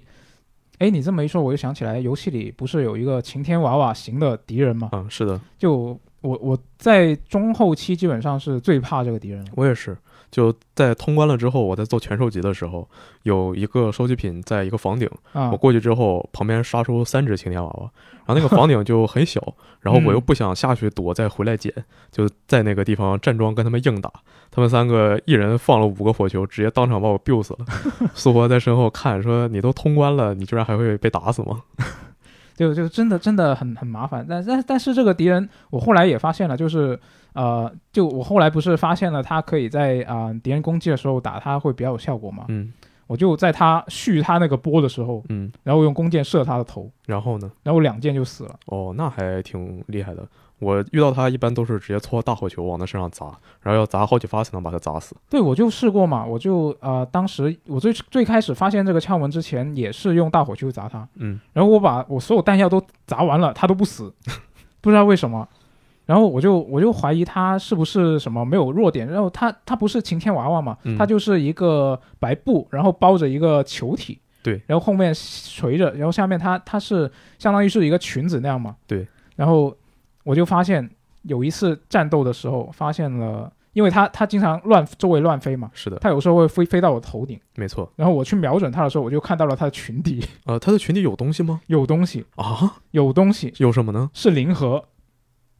S1: 哎，你这么一说，我就想起来，游戏里不是有一个晴天娃娃型的敌人嘛？
S2: 嗯，是的，
S1: 就我我在中后期基本上是最怕这个敌人了。
S2: 我也是。就在通关了之后，我在做全收集的时候，有一个收集品在一个房顶，
S1: 啊
S2: 我过去之后，旁边刷出三只晴天娃娃，然后那个房顶就很小， 然后我
S1: 嗯
S2: 又不想下去躲，再回来捡，就在那个地方站桩跟他们硬打。他们三个一人放了五个火球，直接当场把我 biu 死了。苏活在身后看说：“你都通关了，你居然还会被打死吗
S1: 就就真的真的很很麻烦。但但但是这个敌人，我后来也发现了，就是呃，就我后来不是发现了他可以在啊、敌人攻击的时候打他会比较有效果嘛？”？
S2: 嗯
S1: 我就在他蓄他那个波的时候，
S2: 嗯，
S1: 然后用弓箭射他的头，
S2: 然后呢？
S1: 然后两箭就死了。
S2: 哦，那还挺厉害的。我遇到他一般都是直接搓大火球往他身上砸，然后要砸好几发才能把他砸死。
S1: 对，我就试过嘛，我就呃，当时我最最开始发现这个窍门之前，也是用大火球砸他，
S2: 嗯，
S1: 然后我把我所有弹药都砸完了，他都不 死，不知道为什么。然后我就我就怀疑他是不是什么没有弱点，然后他他不是晴天娃娃嘛，
S2: 嗯
S1: 他就是一个白布，然后包着一个球体，
S2: 对，
S1: 然后后面垂着，然后下面他他是相当于是一个裙子那样嘛，
S2: 对。
S1: 然后我就发现有一次战斗的时候，发现了，因为他他经常乱周围乱飞嘛，
S2: 是的，
S1: 他有时候会飞飞到我头顶，
S2: 没错。
S1: 然后我去瞄准他的时候，我就看到了他的裙底
S2: 呃，他的群体有东西吗？
S1: 有东西，
S2: 啊，
S1: 有东西
S2: 有什么呢？
S1: 是零和，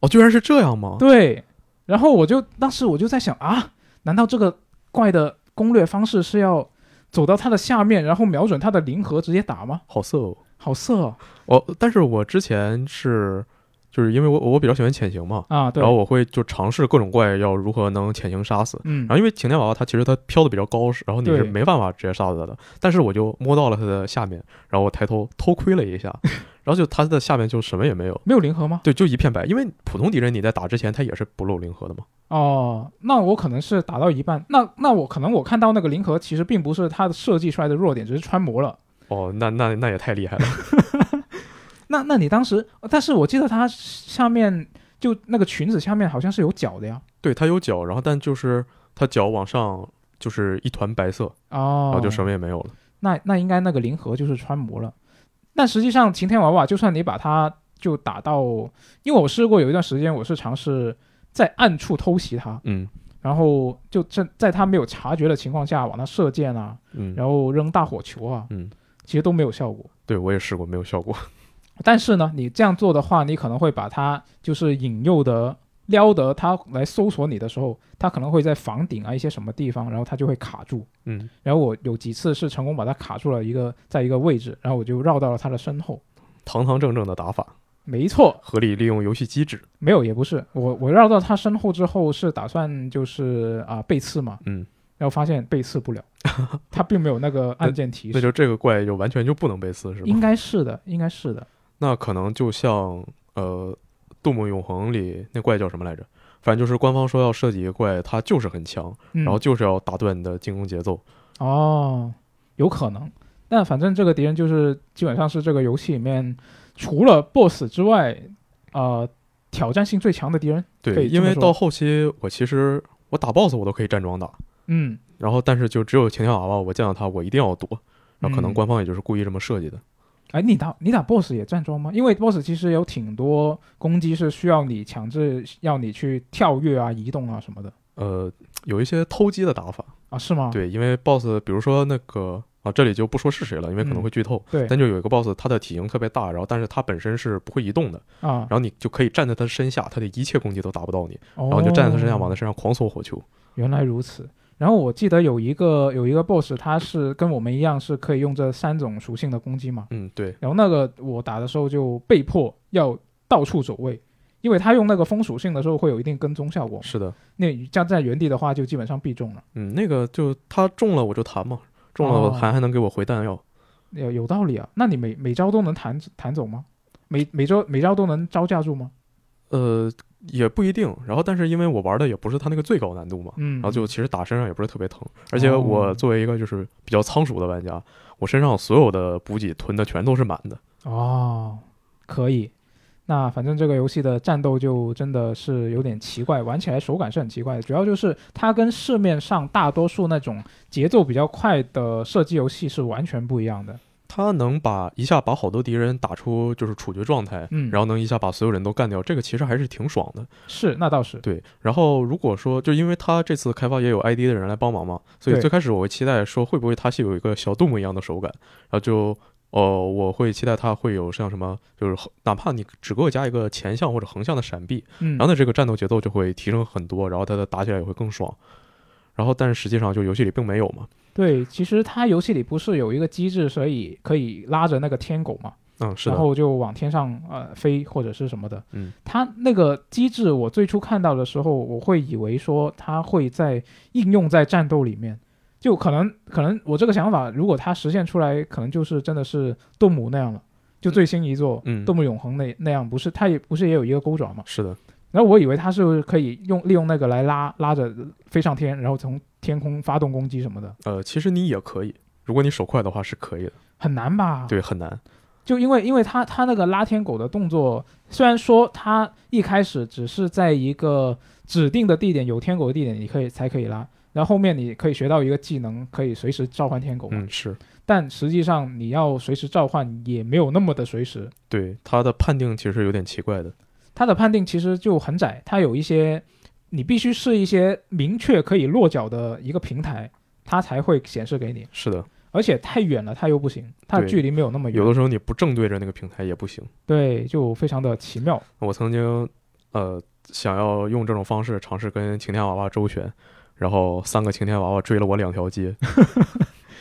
S2: 哦，居然是这样吗？
S1: 对。然后我就当时我就在想啊，难道这个怪的攻略方式是要走到他的下面，然后瞄准他的零和直接打吗？
S2: 好色哦！
S1: 好色哦
S2: 哦，但是我之前是，就是因为我我比较喜欢潜行嘛，
S1: 啊！对，
S2: 然后我会就尝试各种怪要如何能潜行杀死。
S1: 嗯
S2: 然后因为晴天娃娃它其实它飘的比较高，然后你
S1: 对
S2: 是没办法直接杀死它的。但是我就摸到了它的下面，然后我抬头偷窥 了一下，然后就它的下面就什么也没有，
S1: 没有零和吗？
S2: 对，就一片白。因为普通敌人你在打之前它也是不露零和的嘛。
S1: 哦，那我可能是打到一半，那那我可能我看到那个零和其实并不是它的设计出来的弱点，只是穿模了。
S2: 哦，那那那也太厉害了。
S1: 那那你当时，但是我记得它下面就那个裙子下面好像是有脚的呀。
S2: 对，它有脚，然后但就是它脚往上就是一团白色，
S1: 哦
S2: 然，后就什么也没有了。
S1: 那那应该那个零和就是穿模了。但实际上晴天娃娃，就算你把它就打到，因为我试过有一段时间，我是尝试在暗处偷袭它，
S2: 嗯
S1: 然后就在在它没有察觉的情况下往它射箭啊，
S2: 嗯，
S1: 然后扔大火球啊，
S2: 嗯，
S1: 其实都没有效果。
S2: 对我也试过，没有效果。
S1: 但是呢，你这样做的话，你可能会把它就是引诱的撩得它来搜索你的时候，它可能会在房顶啊一些什么地方，然后它就会卡住。
S2: 嗯，
S1: 然后我有几次是成功把它卡住了一个在一个位置，然后我就绕到了它的身后。
S2: 堂堂正正的打法，
S1: 没错，
S2: 合理利用游戏机制。
S1: 没有也不是，我我绕到它身后之后是打算就是啊、背刺嘛，
S2: 嗯，
S1: 然后发现被刺不 了，它并没有那个按键提
S2: 那
S1: 示。
S2: 就这个怪就完全就不能被刺是
S1: 应
S2: 吗？
S1: 该是的，应该是的。
S2: 那可能就像呃《杜牧永恒》里那怪叫什么来着？反正就是官方说要设计一个怪，它就是很强，
S1: 嗯、
S2: 然后就是要打断你的进攻节奏。
S1: 哦，有可能。但反正这个敌人就是基本上是这个游戏里面除了 BOSS 之外，呃，挑战性最强的敌人。可
S2: 对，
S1: 以这
S2: 因
S1: 么
S2: 为
S1: 说
S2: 到后期我其实我打 BOSS 我都可以站桩打，
S1: 嗯，
S2: 然后但是就只有晴天娃娃，我见到他我一定要躲，然后可能
S1: 嗯
S2: 官方也就是故意这么设计的。
S1: 哎，你打你打 BOSS 也站桩吗？因为 BOSS 其实有挺多攻击是需要你强制要你去跳跃啊、移动啊什么的
S2: 呃，有一些偷鸡的打法，
S1: 啊，是吗？
S2: 对，因为 BOSS 比如说那个啊，这里就不说是谁了，因为可能
S1: 嗯
S2: 会剧透。
S1: 对
S2: 但就有一个 BOSS，他的体型特别大，然后但是他本身是不会移动的，
S1: 啊
S2: 然，后你就可以站在他身下，他的一切攻击都打不到你，
S1: 然
S2: 然后你就站在他身下往他身上狂搜火球。
S1: 哦原来如此。然后我记得有一个有一个 BOSS，他是跟我们一样是可以用这三种属性的攻击嘛，
S2: 嗯，对，
S1: 然后那个我打的时候就被迫要到处走位，因为他用那个风属性的时候会有一定跟踪效果嘛。
S2: 是的，
S1: 那你站在原地的话，就基本上必中了。
S2: 嗯，那个就他中了我就弹嘛，中了我
S1: 哦
S2: 弹还能给我回弹药。
S1: 有有道理啊。那你每每招都能弹弹走吗？每每招每招都能招架住吗？
S2: 呃，也不一定。然后但是因为我玩的也不是他那个最高难度嘛，
S1: 嗯，哦
S2: 然后就其实打身上也不是特别疼，而且我作为一个就是比较仓鼠的玩家，我身上所有的补给囤的全都是满的。
S1: 哦，可以。那反正这个游戏的战斗就真的是有点奇怪，玩起来手感是很奇怪的。主要就是它跟市面上大多数那种节奏比较快的射击游戏是完全不一样的。
S2: 他能把一下把好多敌人打出就是处决状态，
S1: 嗯
S2: 然后能一下把所有人都干掉，这个其实还是挺爽的。
S1: 是，那倒是。
S2: 对，然后如果说就因为他这次开发也有 ID 的人来帮忙嘛，所以
S1: 对
S2: 最开始我会期待说会不会他是有一个小杜牧一样的手感，然后就。哦，我会期待他会有像什么，就是横哪怕你只给我加一个前向或者横向的闪避，
S1: 嗯，
S2: 然后呢，这个战斗节奏就会提升很多，然后它的打起来也会更爽。然后，但是实际上就游戏里并没有嘛。
S1: 对，其实它游戏里不是有一个机制，所以可以拉着那个天狗嘛，
S2: 嗯，是
S1: 然
S2: 的，
S1: 后就往天上呃飞或者是什么的。
S2: 嗯，
S1: 它那个机制，我最初看到的时候，我会以为说它会在应用在战斗里面，就可能可能我这个想法，如果它实现出来，可能就是真的是杜姆那样了，就最新一作
S2: 嗯
S1: 《杜姆永恒那》那样，不是它也不是也有一个钩爪嘛？
S2: 是的，
S1: 然后我以为它是可以用利用那个来拉拉着飞上天，然后从天空发动攻击什么的，
S2: 呃，其实你也可以，如果你手快的话是可以的。
S1: 很难吧？
S2: 对，很难。
S1: 就因为因为他他那个拉天狗的动作，虽然说他一开始只是在一个指定的地点有天狗的地点，你可以才可以拉，然后后面你可以学到一个技能，可以随时召唤天狗嘛，
S2: 嗯，是
S1: 但实际上你要随时召唤也没有那么的随时，
S2: 对它的判定其实有点奇怪的。
S1: 它的判定其实就很窄，它有一些你必须是一些明确可以落脚的一个平台，它才会显示给你，
S2: 是的，
S1: 而且太远了它又不行，它的
S2: 对
S1: 距离没有那么远，
S2: 有的时候你不正对着那个平台也不行。
S1: 对，就非常的奇妙。
S2: 我曾经呃想要用这种方式尝试跟晴天娃娃周旋，然后三个晴天娃娃追了我两条街，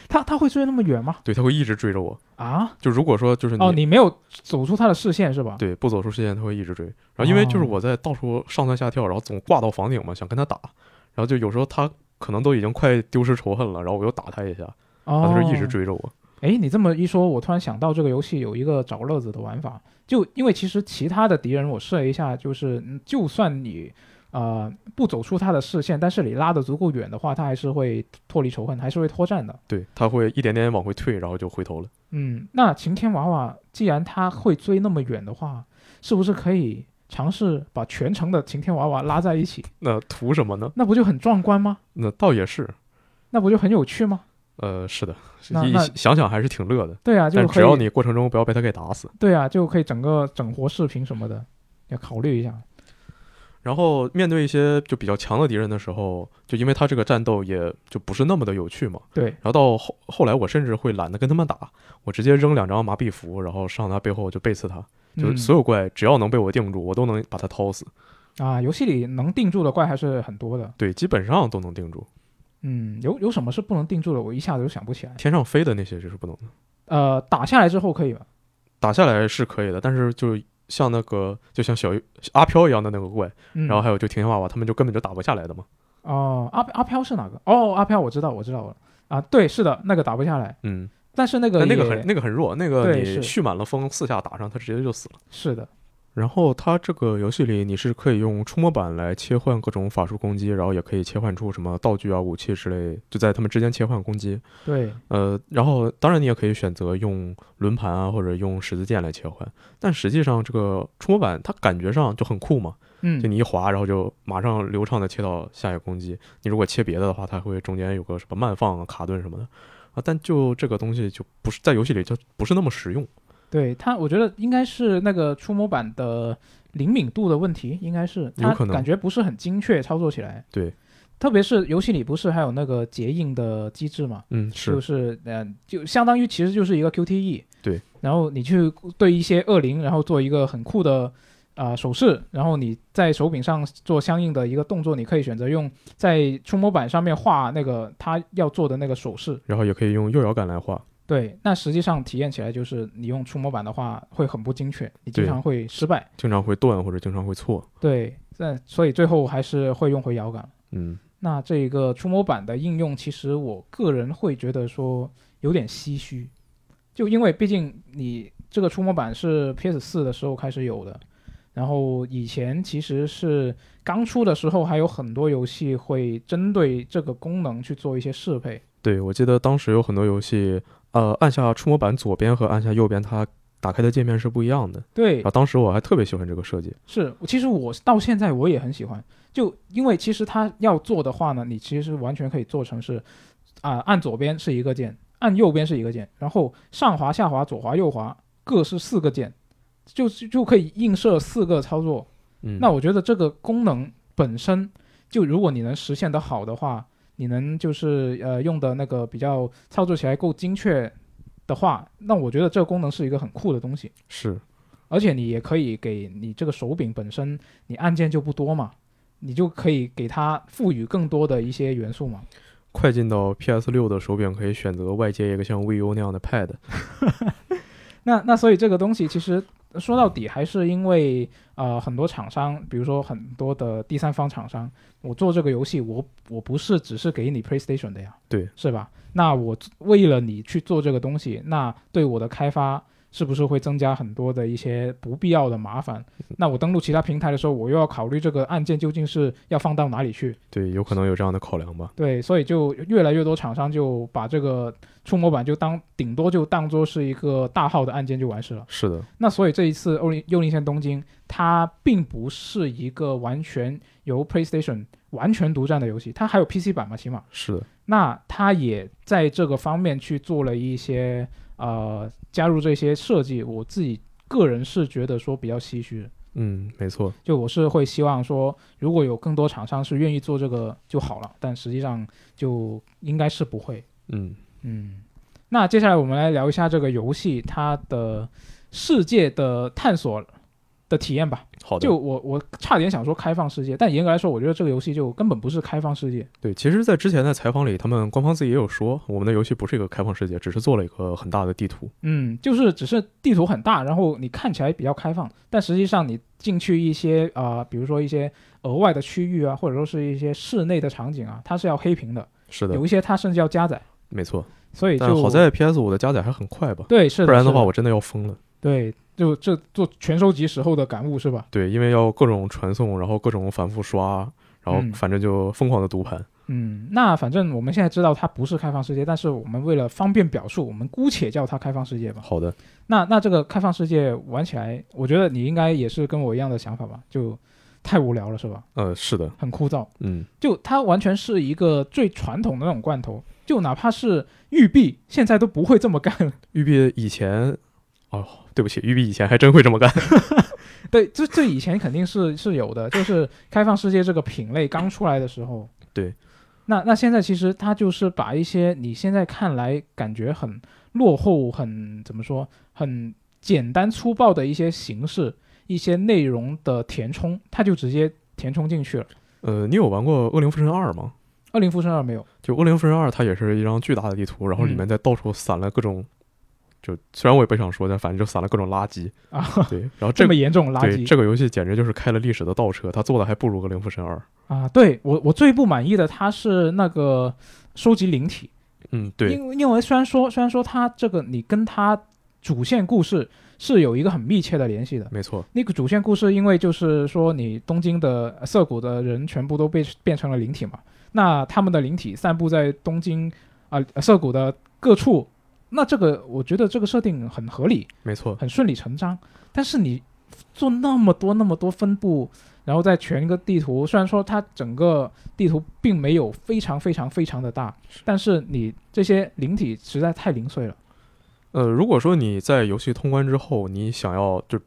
S1: 它它会追那么远吗？
S2: 对，它会一直追着我。
S1: 啊？
S2: 就如果说就是你
S1: 哦，你没有走出他的视线是吧？
S2: 对，不走出视线他会一直追。然后因为就是
S1: 哦
S2: 我在到处上蹿下跳，然后总挂到房顶嘛，想跟他打。然后就有时候他可能都已经快丢失仇恨了，然后我又打他一下，然
S1: 哦
S2: 后，他就一直。追着我。
S1: 哎，你这么一说，我突然想到这个游戏有一个找乐子的玩法，就因为其实其他的敌人我试了一下，就是嗯就算你呃不走出他的视线，但是你拉得足够远的话，他还是会脱离仇恨，还是会脱战的。
S2: 对，他会一点点往回退，然后就回头了。
S1: 嗯，那晴天娃娃既然他会追那么远的话，是不是可以尝试把全程的晴天娃娃拉在一起？
S2: 那图什么呢？
S1: 那不就很壮观吗？
S2: 那倒也是，
S1: 那不就很有趣吗？
S2: 呃，是的，是
S1: 那
S2: 一
S1: 那
S2: 想想还是挺乐的。
S1: 对啊，就
S2: 但
S1: 可
S2: 只
S1: 以
S2: 要你过程中不要被他给打死。
S1: 对啊，就可以整个整活视频什么的，要考虑一下。
S2: 然后面对一些就比较强的敌人的时候，就因为他这个战斗也就不是那么的有趣嘛。
S1: 对，
S2: 然后到后后来，我甚至会懒得跟他们打，我直接扔两张麻痹符，然后上他背后就背刺他。 就是所
S1: 有、
S2: 有怪只要能被我定住，我都能把它掏死。
S1: 啊，游戏里能定住的怪还是很多的。
S2: 对，基本上都能定住。
S1: 嗯，有有什么是不能定住的？我一下子就想不起来。
S2: 天上飞的那些就是不能的，
S1: 呃，打下来之后可以吧？
S2: 打下来是可以的，但是就像那个就像小阿飘一样的那个怪，
S1: 嗯，
S2: 然后还有就晴天娃娃，他们就根本就打不下来的嘛。
S1: 哦，阿阿飘是哪个？哦，阿飘我知道，我知道了啊，对，是的，那个打不下来，
S2: 嗯，
S1: 但是那个
S2: 但那
S1: 也
S2: 个很那个很弱，那个
S1: 对
S2: 你
S1: 是
S2: 蓄满了风，四下打上，它直接就死了。
S1: 是的，
S2: 然后它这个游戏里你是可以用触摸板来切换各种法术攻击，然后也可以切换出什么道具啊、武器之类，就在它们之间切换攻击。
S1: 对，
S2: 呃，然后当然你也可以选择用轮盘啊，或者用十字剑来切换。但实际上这个触摸板它感觉上就很酷嘛，
S1: 嗯
S2: 就，你一滑，然后就马上流畅的切到下一个攻击。你如果切别的的话，它会中间有个什么慢放、啊、卡顿什么的啊。但就这个东西就不是在游戏里就不是那么实用。
S1: 对他，我觉得应该是那个触摸板的灵敏度的问题，应该是
S2: 有
S1: 它
S2: 可能
S1: 感觉不是很精确，操作起来。
S2: 对，
S1: 特别是游戏里不是还有那个结印的机制嘛，
S2: 嗯，
S1: 就是是嗯、呃就相当于其实就是一个 QTE。
S2: 对，
S1: 然后你去对一些恶灵，然后做一个很酷的啊、呃手势，然后你在手柄上做相应的一个动作，你可以选择用在触摸板上面画那个他要做的那个手势。
S2: 然后也可以用右摇杆来画。
S1: 对，那实际上体验起来就是你用触摸板的话会很不精确，你经
S2: 对
S1: 常会失败。
S2: 经常会断或者经常会错。
S1: 对，那所以最后还是会用回摇杆。
S2: 嗯，
S1: 那这个触摸板的应用，其实我个人会觉得说有点唏嘘，就因为毕竟你这个触摸板是 PS 4的时候开始有的，然后以前其实是刚出的时候还有很多游戏会针对这个功能去做一些适配。
S2: 对，我记得当时有很多游戏，呃，按下触摸板左边和按下右边，它打开的界面是不一样的。
S1: 对
S2: 然，后当时我还特别喜欢这个设计。
S1: 是，其实我到现在我也很喜欢，就因为其实它要做的话呢，你其实完全可以做成是，啊、按左边是一个键，按右边是一个键，然后上滑、下滑、左滑、右滑各是四个键，就就就可以映射四个操作。
S2: 嗯，
S1: 那我觉得这个功能本身，就如果你能实现得好的话，你能就是呃用的那个比较操作起来够精确的话，那我觉得这个功能是一个很酷的东西。
S2: 是
S1: 而且你也可以给你这个手柄本身，你按键就不多嘛，你就可以给它赋予更多的一些元素嘛。
S2: 快进到 PS 六的手柄可以选择外接一个像 VU 那样的 Pad。
S1: 那那所以这个东西其实说到底还是因为呃很多厂商，比如说很多的第三方厂商，我做这个游戏，我我不是只是给你 PlayStation 的呀，
S2: 对，
S1: 是吧？那我为了你去做这个东西，那对我的开发是不是会增加很多的一些不必要的麻烦？那我登录其他平台的时候，我又要考虑这个按键究竟是要放到哪里去？
S2: 对，有可能有这样的考量吧。
S1: 对，所以就越来越多厂商就把这个触摸板就当顶多就当做是一个大号的按键就完事了。
S2: 是的，
S1: 那所以这一次欧林幽灵线东京，它并不是一个完全由 PlayStation 完全独占的游戏，它还有 PC 版嘛，起码。
S2: 是的，
S1: 那它也在这个方面去做了一些呃加入这些设计，我自己个人是觉得说比较唏嘘的。
S2: 嗯，没错。
S1: 就我是会希望说，如果有更多厂商是愿意做这个就好了，但实际上就应该是不会。
S2: 嗯，
S1: 嗯，那接下来我们来聊一下这个游戏它的世界的探索的体验吧。
S2: 好的
S1: 就。我我差点想说开放世界，但严格来说，我觉得这个游戏就根本不是开放世界。
S2: 对，其实，在之前的采访里，他们官方自己也有说，我们的游戏不是一个开放世界，只是做了一个很大的地图。
S1: 嗯，就是只是地图很大，然后你看起来比较开放，但实际上你进去一些啊、呃比如说一些额外的区域啊，或者说是一些室内的场景啊，它是要黑屏的，
S2: 是的
S1: 有，一些它甚至要加载。
S2: 没错。
S1: 所以
S2: 但
S1: 就
S2: 好在 PS 五的加载还很快吧，
S1: 对，是
S2: 不然的
S1: 是
S2: 话我真的要疯了。
S1: 对，就这做全收集时候的感悟是吧？
S2: 对，因为要各种传送，然后各种反复刷，然后
S1: 嗯
S2: 反正就疯狂的读盘。
S1: 嗯，那反正我们现在知道它不是开放世界，但是我们为了方便表述，我们姑且叫它开放世界吧。
S2: 好的，
S1: 那那这个开放世界玩起来，我觉得你应该也是跟我一样的想法吧？就太无聊了是吧？
S2: 呃，是的，
S1: 很枯燥，
S2: 嗯，
S1: 就它完全是一个最传统的那种罐头，就哪怕是育碧现在都不会这么干。
S2: 育碧以前，哦，对不起，育碧以前还真会这么干。
S1: 对，这这以前肯定是是有的，就是开放世界这个品类刚出来的时候。
S2: 对，
S1: 那那现在其实它就是把一些你现在看来感觉很落后、很怎么说、很简单粗暴的一些形式、一些内容的填充，它就直接填充进去了。
S2: 呃，你有玩过《恶灵附身二》吗？
S1: 《恶灵附身二》没有？嗯
S2: 就《恶灵附身二》，它也是一张巨大的地图，然后里面在到处散了各种就虽然我也不想说，但反正就撒了各种垃圾。
S1: 啊，
S2: 对，然后
S1: 这
S2: 个
S1: 么严重垃
S2: 对
S1: 圾
S2: 这个游戏简直就是开了历史的倒车，它做的还不如《格林附身二》。
S1: 啊！对我我最不满意的，它是那个收集灵体，
S2: 嗯，对，
S1: 因为因为虽然说虽然说它这个你跟它主线故事是有一个很密切的联系的，
S2: 没错，
S1: 那个主线故事，因为就是说你东京的呃涩谷的人全部都被变成了灵体嘛，那他们的灵体散布在东京啊、呃涩谷的各处，那这个我觉得这个设定很合理，
S2: 没错，
S1: 很顺理成章。但是你做那么多那么多分布，然后在全一个地图，虽然说它整个地图并没有非常非常非常的大，但是你这些灵体实在太零碎了。
S2: 呃，如果说你在游戏通关之后，你想要就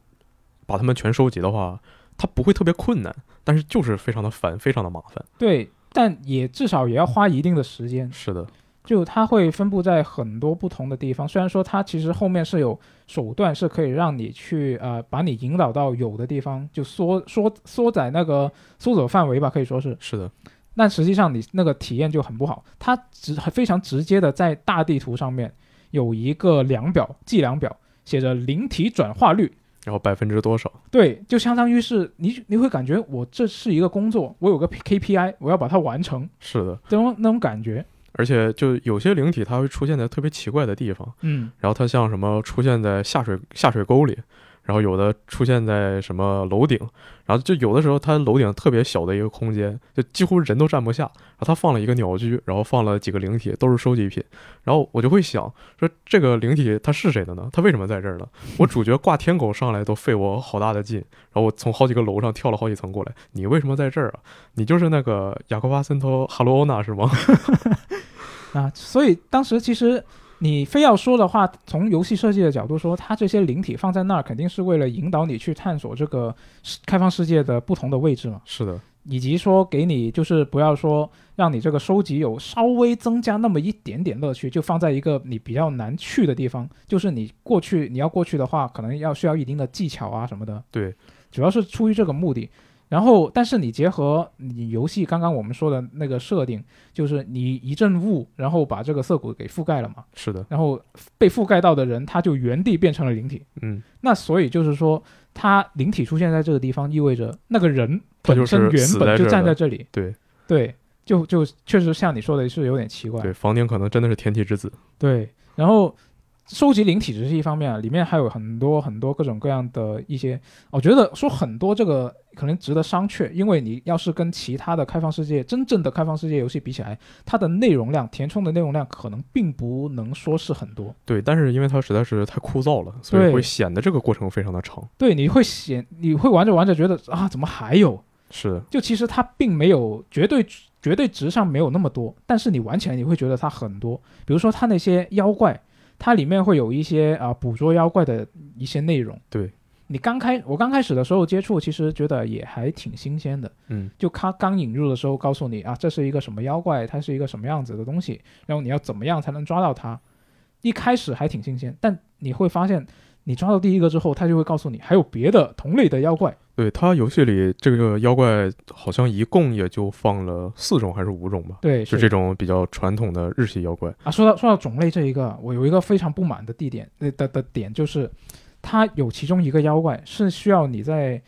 S2: 把它们全收集的话，它不会特别困难，但是就是非常的烦，非常的麻烦。
S1: 对，但也至少也要花一定的时间。
S2: 是的，
S1: 就它会分布在很多不同的地方。虽然说它其实后面是有手段是可以让你去呃把你引导到有的地方，就缩缩缩窄那个缩走范围吧，可以说是。
S2: 是的，
S1: 但实际上你那个体验就很不好。它直非常直接的在大地图上面有一个量表计量表，写着灵体转化率。
S2: 然后百分之多少？
S1: 对，就相当于是你你会感觉我这是一个工作，我有个 KPI，我要把它完成，
S2: 是的，
S1: 这种那种感觉。
S2: 而且就有些灵体它会出现在特别奇怪的地方，
S1: 嗯，
S2: 然后它像什么出现在下水下水沟里，然后有的出现在什么楼顶，然后就有的时候它楼顶特别小的一个空间，就几乎人都站不下，然后它放了一个鸟居，然后放了几个灵体，都是收集品，然后我就会想说这个灵体它是谁的呢？它为什么在这儿呢？我主角挂天狗上来都费我好大的劲，然后我从好几个楼上跳了好几层过来，你为什么在这儿啊？你就是那个雅克巴森托哈罗欧娜是吗？
S1: 啊，所以当时其实你非要说的话，从游戏设计的角度说，它这些灵体放在那儿，肯定是为了引导你去探索这个世开放世界的不同的位置嘛，
S2: 是的。
S1: 以及说给你就是不要说让你这个收集有稍微增加那么一点点乐趣，就放在一个你比较难去的地方，就是你过去你要过去的话，可能要需要一定的技巧啊什么的。
S2: 对，
S1: 主要是出于这个目的。然后，但是你结合你游戏刚刚我们说的那个设定，就是你一阵雾，然后把这个涩谷给覆盖了嘛，
S2: 是的，
S1: 然后被覆盖到的人他就原地变成了灵体。
S2: 嗯，
S1: 那所以就是说，他灵体出现在这个地方，意味着那个人
S2: 他就
S1: 本
S2: 是
S1: 身原
S2: 死在
S1: 本
S2: 这儿
S1: 就
S2: 的
S1: 站在这里。
S2: 对
S1: 对，就就确实像你说的是有点奇怪。
S2: 对，房顶可能真的是天气之子。
S1: 对，然后收集灵体只是一方面，啊，里面还有很多很多各种各样的一些，我觉得说很多这个可能值得商榷，因为你要是跟其他的开放世界真正的开放世界游戏比起来，它的内容量填充的内容量可能并不能说是很多。
S2: 对，但是因为它实在是太枯燥了，所以
S1: 对
S2: 会显得这个过程非常的长。
S1: 对，你会显你会玩着玩着觉得啊，怎么还有？
S2: 是的，
S1: 就其实它并没有绝对绝对值上没有那么多，但是你玩起来你会觉得它很多。比如说它那些妖怪，它里面会有一些啊、捕捉妖怪的一些内容。
S2: 对，
S1: 你刚开我刚开始的时候接触，其实觉得也还挺新鲜的。
S2: 嗯，
S1: 就它刚引入的时候告诉你啊，这是一个什么妖怪，它是一个什么样子的东西，然后你要怎么样才能抓到它。一开始还挺新鲜，但你会发现，你抓到第一个之后，它就会告诉你还有别的同类的妖怪。
S2: 对，它游戏里这个妖怪好像一共也就放了四种还是五种吧，
S1: 对，
S2: 就是这种比较传统的日系妖怪。
S1: 啊，说到说到种类这一个，我有一个非常不满的地点呃的的点就是，它有其中一个妖怪是需要你在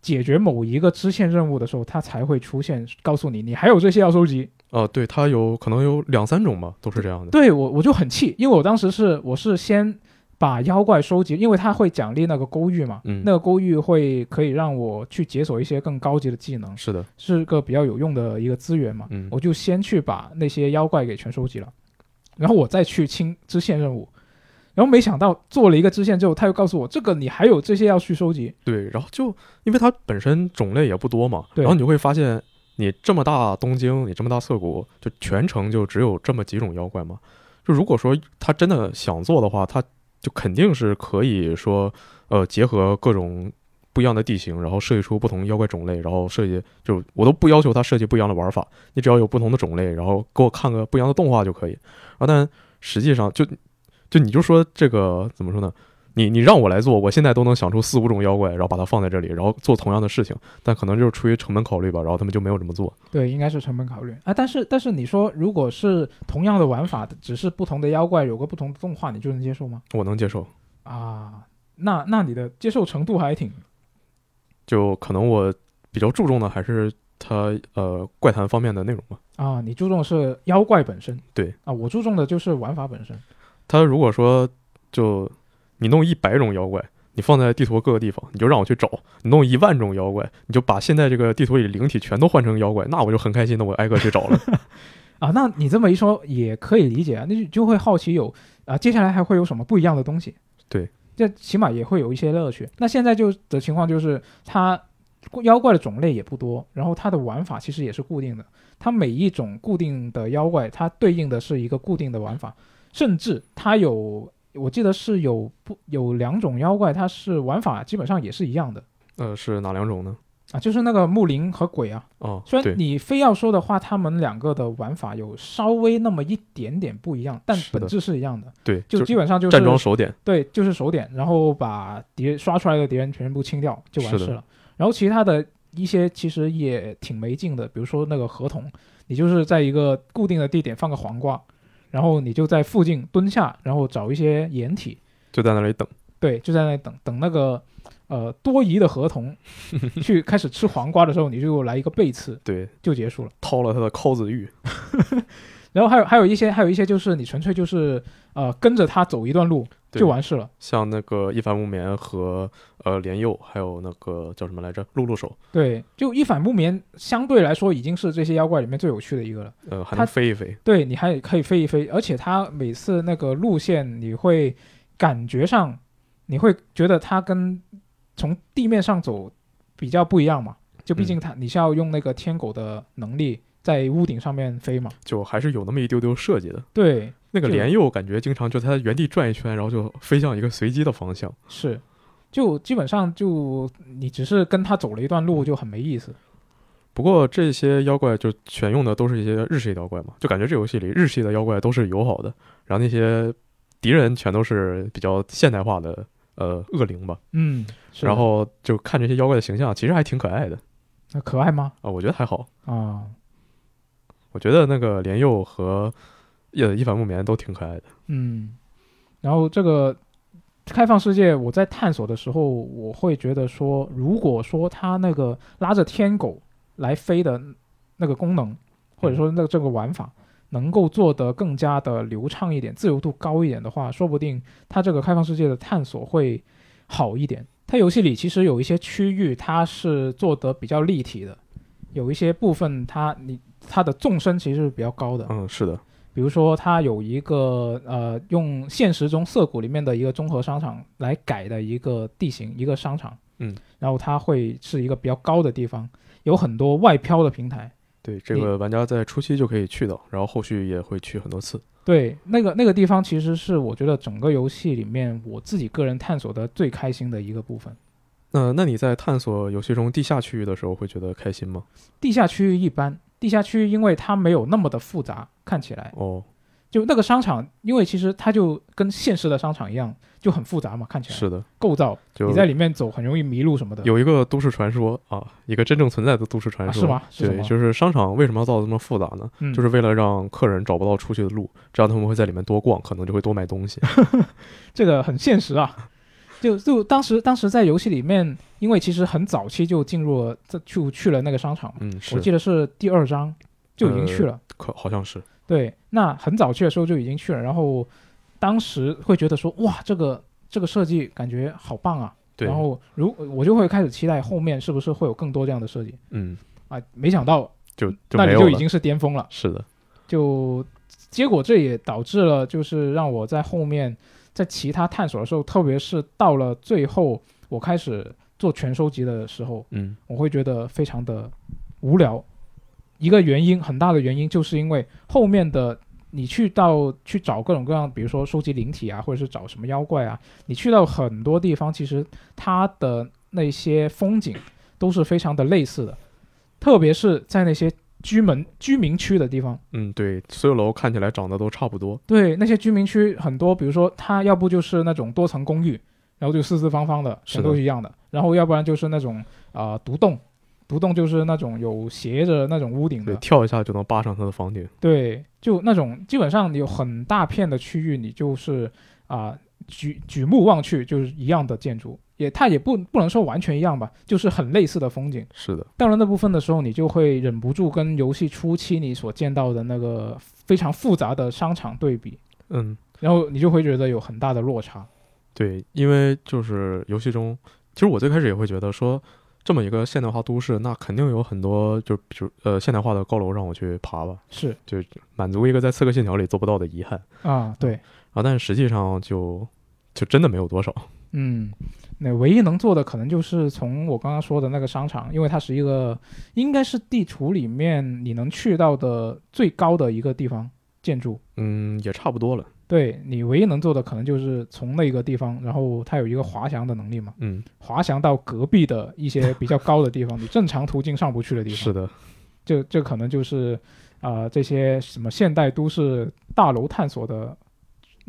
S1: 解决某一个支线任务的时候，它才会出现，告诉你你还有这些要收集。
S2: 哦、对，它有可能有两三种吧，都是这样的。
S1: 对我我就很气，因为我当时是我是先把妖怪收集，因为它会奖励那个勾玉嘛，
S2: 嗯
S1: 那个勾玉会可以让我去解锁一些更高级的技能，
S2: 是的，
S1: 是个比较有用的一个资源嘛。
S2: 嗯，
S1: 我就先去把那些妖怪给全收集了，然后我再去清支线任务。然后没想到做了一个支线之后，他又告诉我这个你还有这些要去收集。
S2: 对，然后就因为它本身种类也不多嘛，
S1: 对
S2: 然后你就会发现，你这么大东京，你这么大涩谷，就全程就只有这么几种妖怪嘛。就如果说他真的想做的话，他就肯定是可以说，呃，结合各种不一样的地形，然后设计出不同妖怪种类，然后设计就我都不要求他设计不一样的玩法，你只要有不同的种类，然后给我看个不一样的动画就可以。啊，但实际上就就你就说这个怎么说呢？你你让我来做，我现在都能想出四五种妖怪，然后把它放在这里，然后做同样的事情，但可能就是出于成本考虑吧，然后他们就没有这么做。
S1: 对，应该是成本考虑啊。但是但是你说，如果是同样的玩法，只是不同的妖怪有个不同的动画，你就能接受吗？
S2: 我能接受，
S1: 啊，那那你的接受程度还挺
S2: 就可能我比较注重的还是它呃怪谈方面的内容吧。
S1: 啊，你注重的是妖怪本身，
S2: 对
S1: 啊，我注重的就是玩法本身。
S2: 它如果说就你弄一百种妖怪，你放在地图各个地方，你就让我去找；你弄一万种妖怪，你就把现在这个地图里灵体全都换成妖怪，那我就很开心的，我挨个去找了。
S1: 啊，那你这么一说也可以理解啊，那就就会好奇有啊，接下来还会有什么不一样的东西？
S2: 对，
S1: 这起码也会有一些乐趣。那现在就的情况就是，它妖怪的种类也不多，然后它的玩法其实也是固定的，它每一种固定的妖怪，它对应的是一个固定的玩法，甚至它有。我记得是有不有两种妖怪，它是玩法基本上也是一样的
S2: 呃，是哪两种呢？
S1: 啊，就是那个木灵和鬼啊，
S2: 哦，
S1: 虽
S2: 对
S1: 然你非要说的话，他们两个的玩法有稍微那么一点点不一样，但
S2: 是的
S1: 本质是一样的，
S2: 对，
S1: 就基本上就是
S2: 站桩手点，
S1: 对，就是手点，然后把敌人刷出来的敌人全部清掉就完
S2: 是的
S1: 事了。然后其他的一些其实也挺没劲的，比如说那个合同，你就是在一个固定的地点放个黄瓜，然后你就在附近蹲下，然后找一些掩体，
S2: 就在那里等。
S1: 对，就在那等等那个呃多疑的合 同去开始吃黄瓜的时候，你就来一个背刺
S2: 对，
S1: 就结束了。
S2: 掏了他的尻子玉。
S1: 然后还有还有一些还有一些就是你纯粹就是呃跟着他走一段路
S2: 对
S1: 就完事了。
S2: 像那个一凡木棉和呃莲佑，还有那个叫什么来着，露露手，
S1: 对，就一反木棉相对来说已经是这些妖怪里面最有趣的一个了。
S2: 呃，还
S1: 他
S2: 能飞一飞。
S1: 对你还可以飞一飞，而且它每次那个路线你会感觉上你会觉得它跟从地面上走比较不一样嘛。就毕竟它你是要用那个天狗的能力在屋顶上面飞嘛。
S2: 就还是有那么一丢丢设计的。
S1: 对，
S2: 那个
S1: 就
S2: 莲佑感觉经常就它原地转一圈，然后就飞向一个随机的方向。
S1: 是，就基本上就你只是跟他走了一段路就很没意思。
S2: 不过这些妖怪就全用的都是一些日系妖怪嘛，就感觉这游戏里日系的妖怪都是友好的，然后那些敌人全都是比较现代化的呃恶灵吧。
S1: 嗯，是
S2: 然后就看这些妖怪的形象，其实还挺可爱的
S1: 那可爱吗？
S2: 啊、我觉得还好。
S1: 啊，
S2: 我觉得那个莲佑和呃一反木棉都挺可爱的。
S1: 嗯，然后这个开放世界，我在探索的时候，我会觉得说，如果说它那个拉着天狗来飞的那个功能，或者说那这个玩法。能够做得更加的流畅一点，自由度高一点的话，说不定它这个开放世界的探索会好一点。它游戏里其实有一些区域它是做得比较立体的，有一些部分它你它的纵深其实是比较高的，
S2: 嗯，是的，
S1: 比如说，它有一个呃，用现实中涩谷里面的一个综合商场来改的一个地形，一个商场。
S2: 嗯，
S1: 然后它会是一个比较高的地方，有很多外漂的平台。
S2: 对这个玩家在初期就可以去到，然后后续也会去很多次。
S1: 对，那个那个地方其实是我觉得整个游戏里面我自己个人探索的最开心的一个部分。
S2: 那那你在探索游戏中地下区域的时候，会觉得开心吗？
S1: 地下区域一般，地下区域因为它没有那么的复杂，看起来
S2: 哦，
S1: 就那个商场，因为其实它就跟现实的商场一样，就很复杂嘛，看起来
S2: 是的，
S1: 构造，
S2: 就
S1: 你在里面走很容易迷路什么的。
S2: 有一个都市传说啊，一个真正存在的都市传
S1: 啊
S2: 说，
S1: 是吗是什
S2: 对，
S1: 么
S2: 就是商场为什么要造的这么复杂呢？
S1: 嗯
S2: 就是为了让客人找不到出去的路，这样他们会在里面多逛，可能就会多买东西。
S1: 啊这个很现实啊。就就当时当时在游戏里面，因为其实很早期就进入了这就去了那个商场嘛，
S2: 嗯，
S1: 我
S2: 是呃
S1: 记，得是第二章就已经去了。
S2: 可好像是，
S1: 对，那很早去的时候就已经去了，然后当时会觉得说哇，这个这个设计感觉好棒啊。
S2: 对，
S1: 然后如我就会开始期待后面是不是会有更多这样的设计
S2: 嗯，
S1: 啊。没想到
S2: 就就
S1: 嗯那里
S2: 没有
S1: 就已
S2: 了。
S1: 经是巅峰了。
S2: 是的，
S1: 就结果这也导致了，就是让我在后面在其他探索的时候，特别是到了最后我开始做全收集的时候，
S2: 嗯，
S1: 我会觉得非常的无聊。一个原因很大的原因就是因为后面的你去到去找各种各样，比如说收集灵体啊，或者是找什么妖怪啊，你去到很多地方，其实它的那些风景都是非常的类似的，特别是在那些居民居民区的地方。
S2: 嗯，对，所有楼看起来长得都差不多。
S1: 对，那些居民区很多，比如说它要不就是那种多层公寓，然后就四四方方的，
S2: 是
S1: 全
S2: 的
S1: 都是一样的。然后要不然就是那种啊、呃独栋，独栋就是那种有斜着那种屋顶
S2: 对，
S1: 的，
S2: 跳一下就能扒上它的房顶，
S1: 对，就那种基本上有很大片的区域，你就是啊、举举目望去就是一样的建筑，也它也不不能说完全一样吧，就是很类似的风景。
S2: 是的，
S1: 到了那部分的时候，你就会忍不住跟游戏初期你所见到的那个非常复杂的商场对比，
S2: 嗯，
S1: 然后你就会觉得有很大的落差。
S2: 对，因为就是游戏中，其实我最开始也会觉得说，这么一个现代化都市，那肯定有很多就比如呃现代化的高楼让我去爬吧，
S1: 是
S2: 就满足一个在《刺客信条》里做不到的遗憾
S1: 啊，对，
S2: 啊。但是实际上就就真的没有多少，
S1: 嗯，那唯一能做的可能就是从我刚刚说的那个商场，因为它是一个应该是地图里面你能去到的最高的一个地方建筑。
S2: 嗯，也差不多了，
S1: 对你唯一能做的可能就是从那个地方，然后它有一个滑翔的能力嘛，
S2: 嗯，
S1: 滑翔到隔壁的一些比较高的地方，你正常途径上不去的地方。
S2: 是的，
S1: 这这可能就是啊、呃这些什么现代都市大楼探索的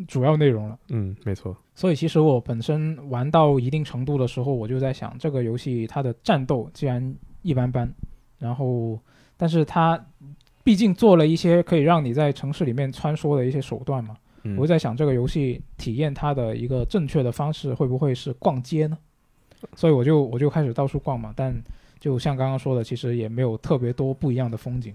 S1: 主要内容了。
S2: 嗯，没错，
S1: 所以其实我本身玩到一定程度的时候，我就在想，这个游戏它的战斗既然一般般，然后但是它毕竟做了一些可以让你在城市里面穿梭的一些手段嘛，
S2: 嗯
S1: 我就在想这个游戏体验它的一个正确的方式会不会是逛街呢？所以我就我就开始到处逛嘛，但就像刚刚说的，其实也没有特别多不一样的风景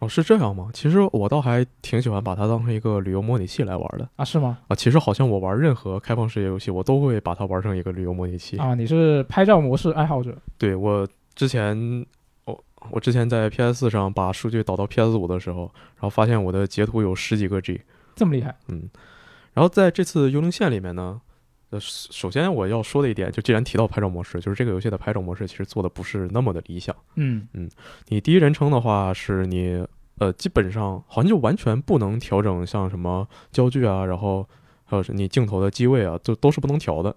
S2: 哦，是这样吗？其实我倒还挺喜欢把它当成一个旅游模拟器来玩的
S1: 啊，是吗？
S2: 啊。其实好像我玩任何开放世界游戏，我都会把它玩成一个旅游模拟器。
S1: 啊，你是拍照模式爱好者
S2: 对我之前，我我之前在 PS 上把数据导到 PS 五的时候，然后发现我的截图有十几个 G。
S1: 这么厉害
S2: 然后在这次幽灵线里面呢，呃，首首先我要说的一点，就既然提到拍照模式，就是这个游戏的拍照模式其实做的不是那么的理想。
S1: 嗯
S2: 你第一人称的话，是你呃，基本上好像就完全不能调整像什么焦距啊，然后还有是你镜头的机位啊，都都是不能调的。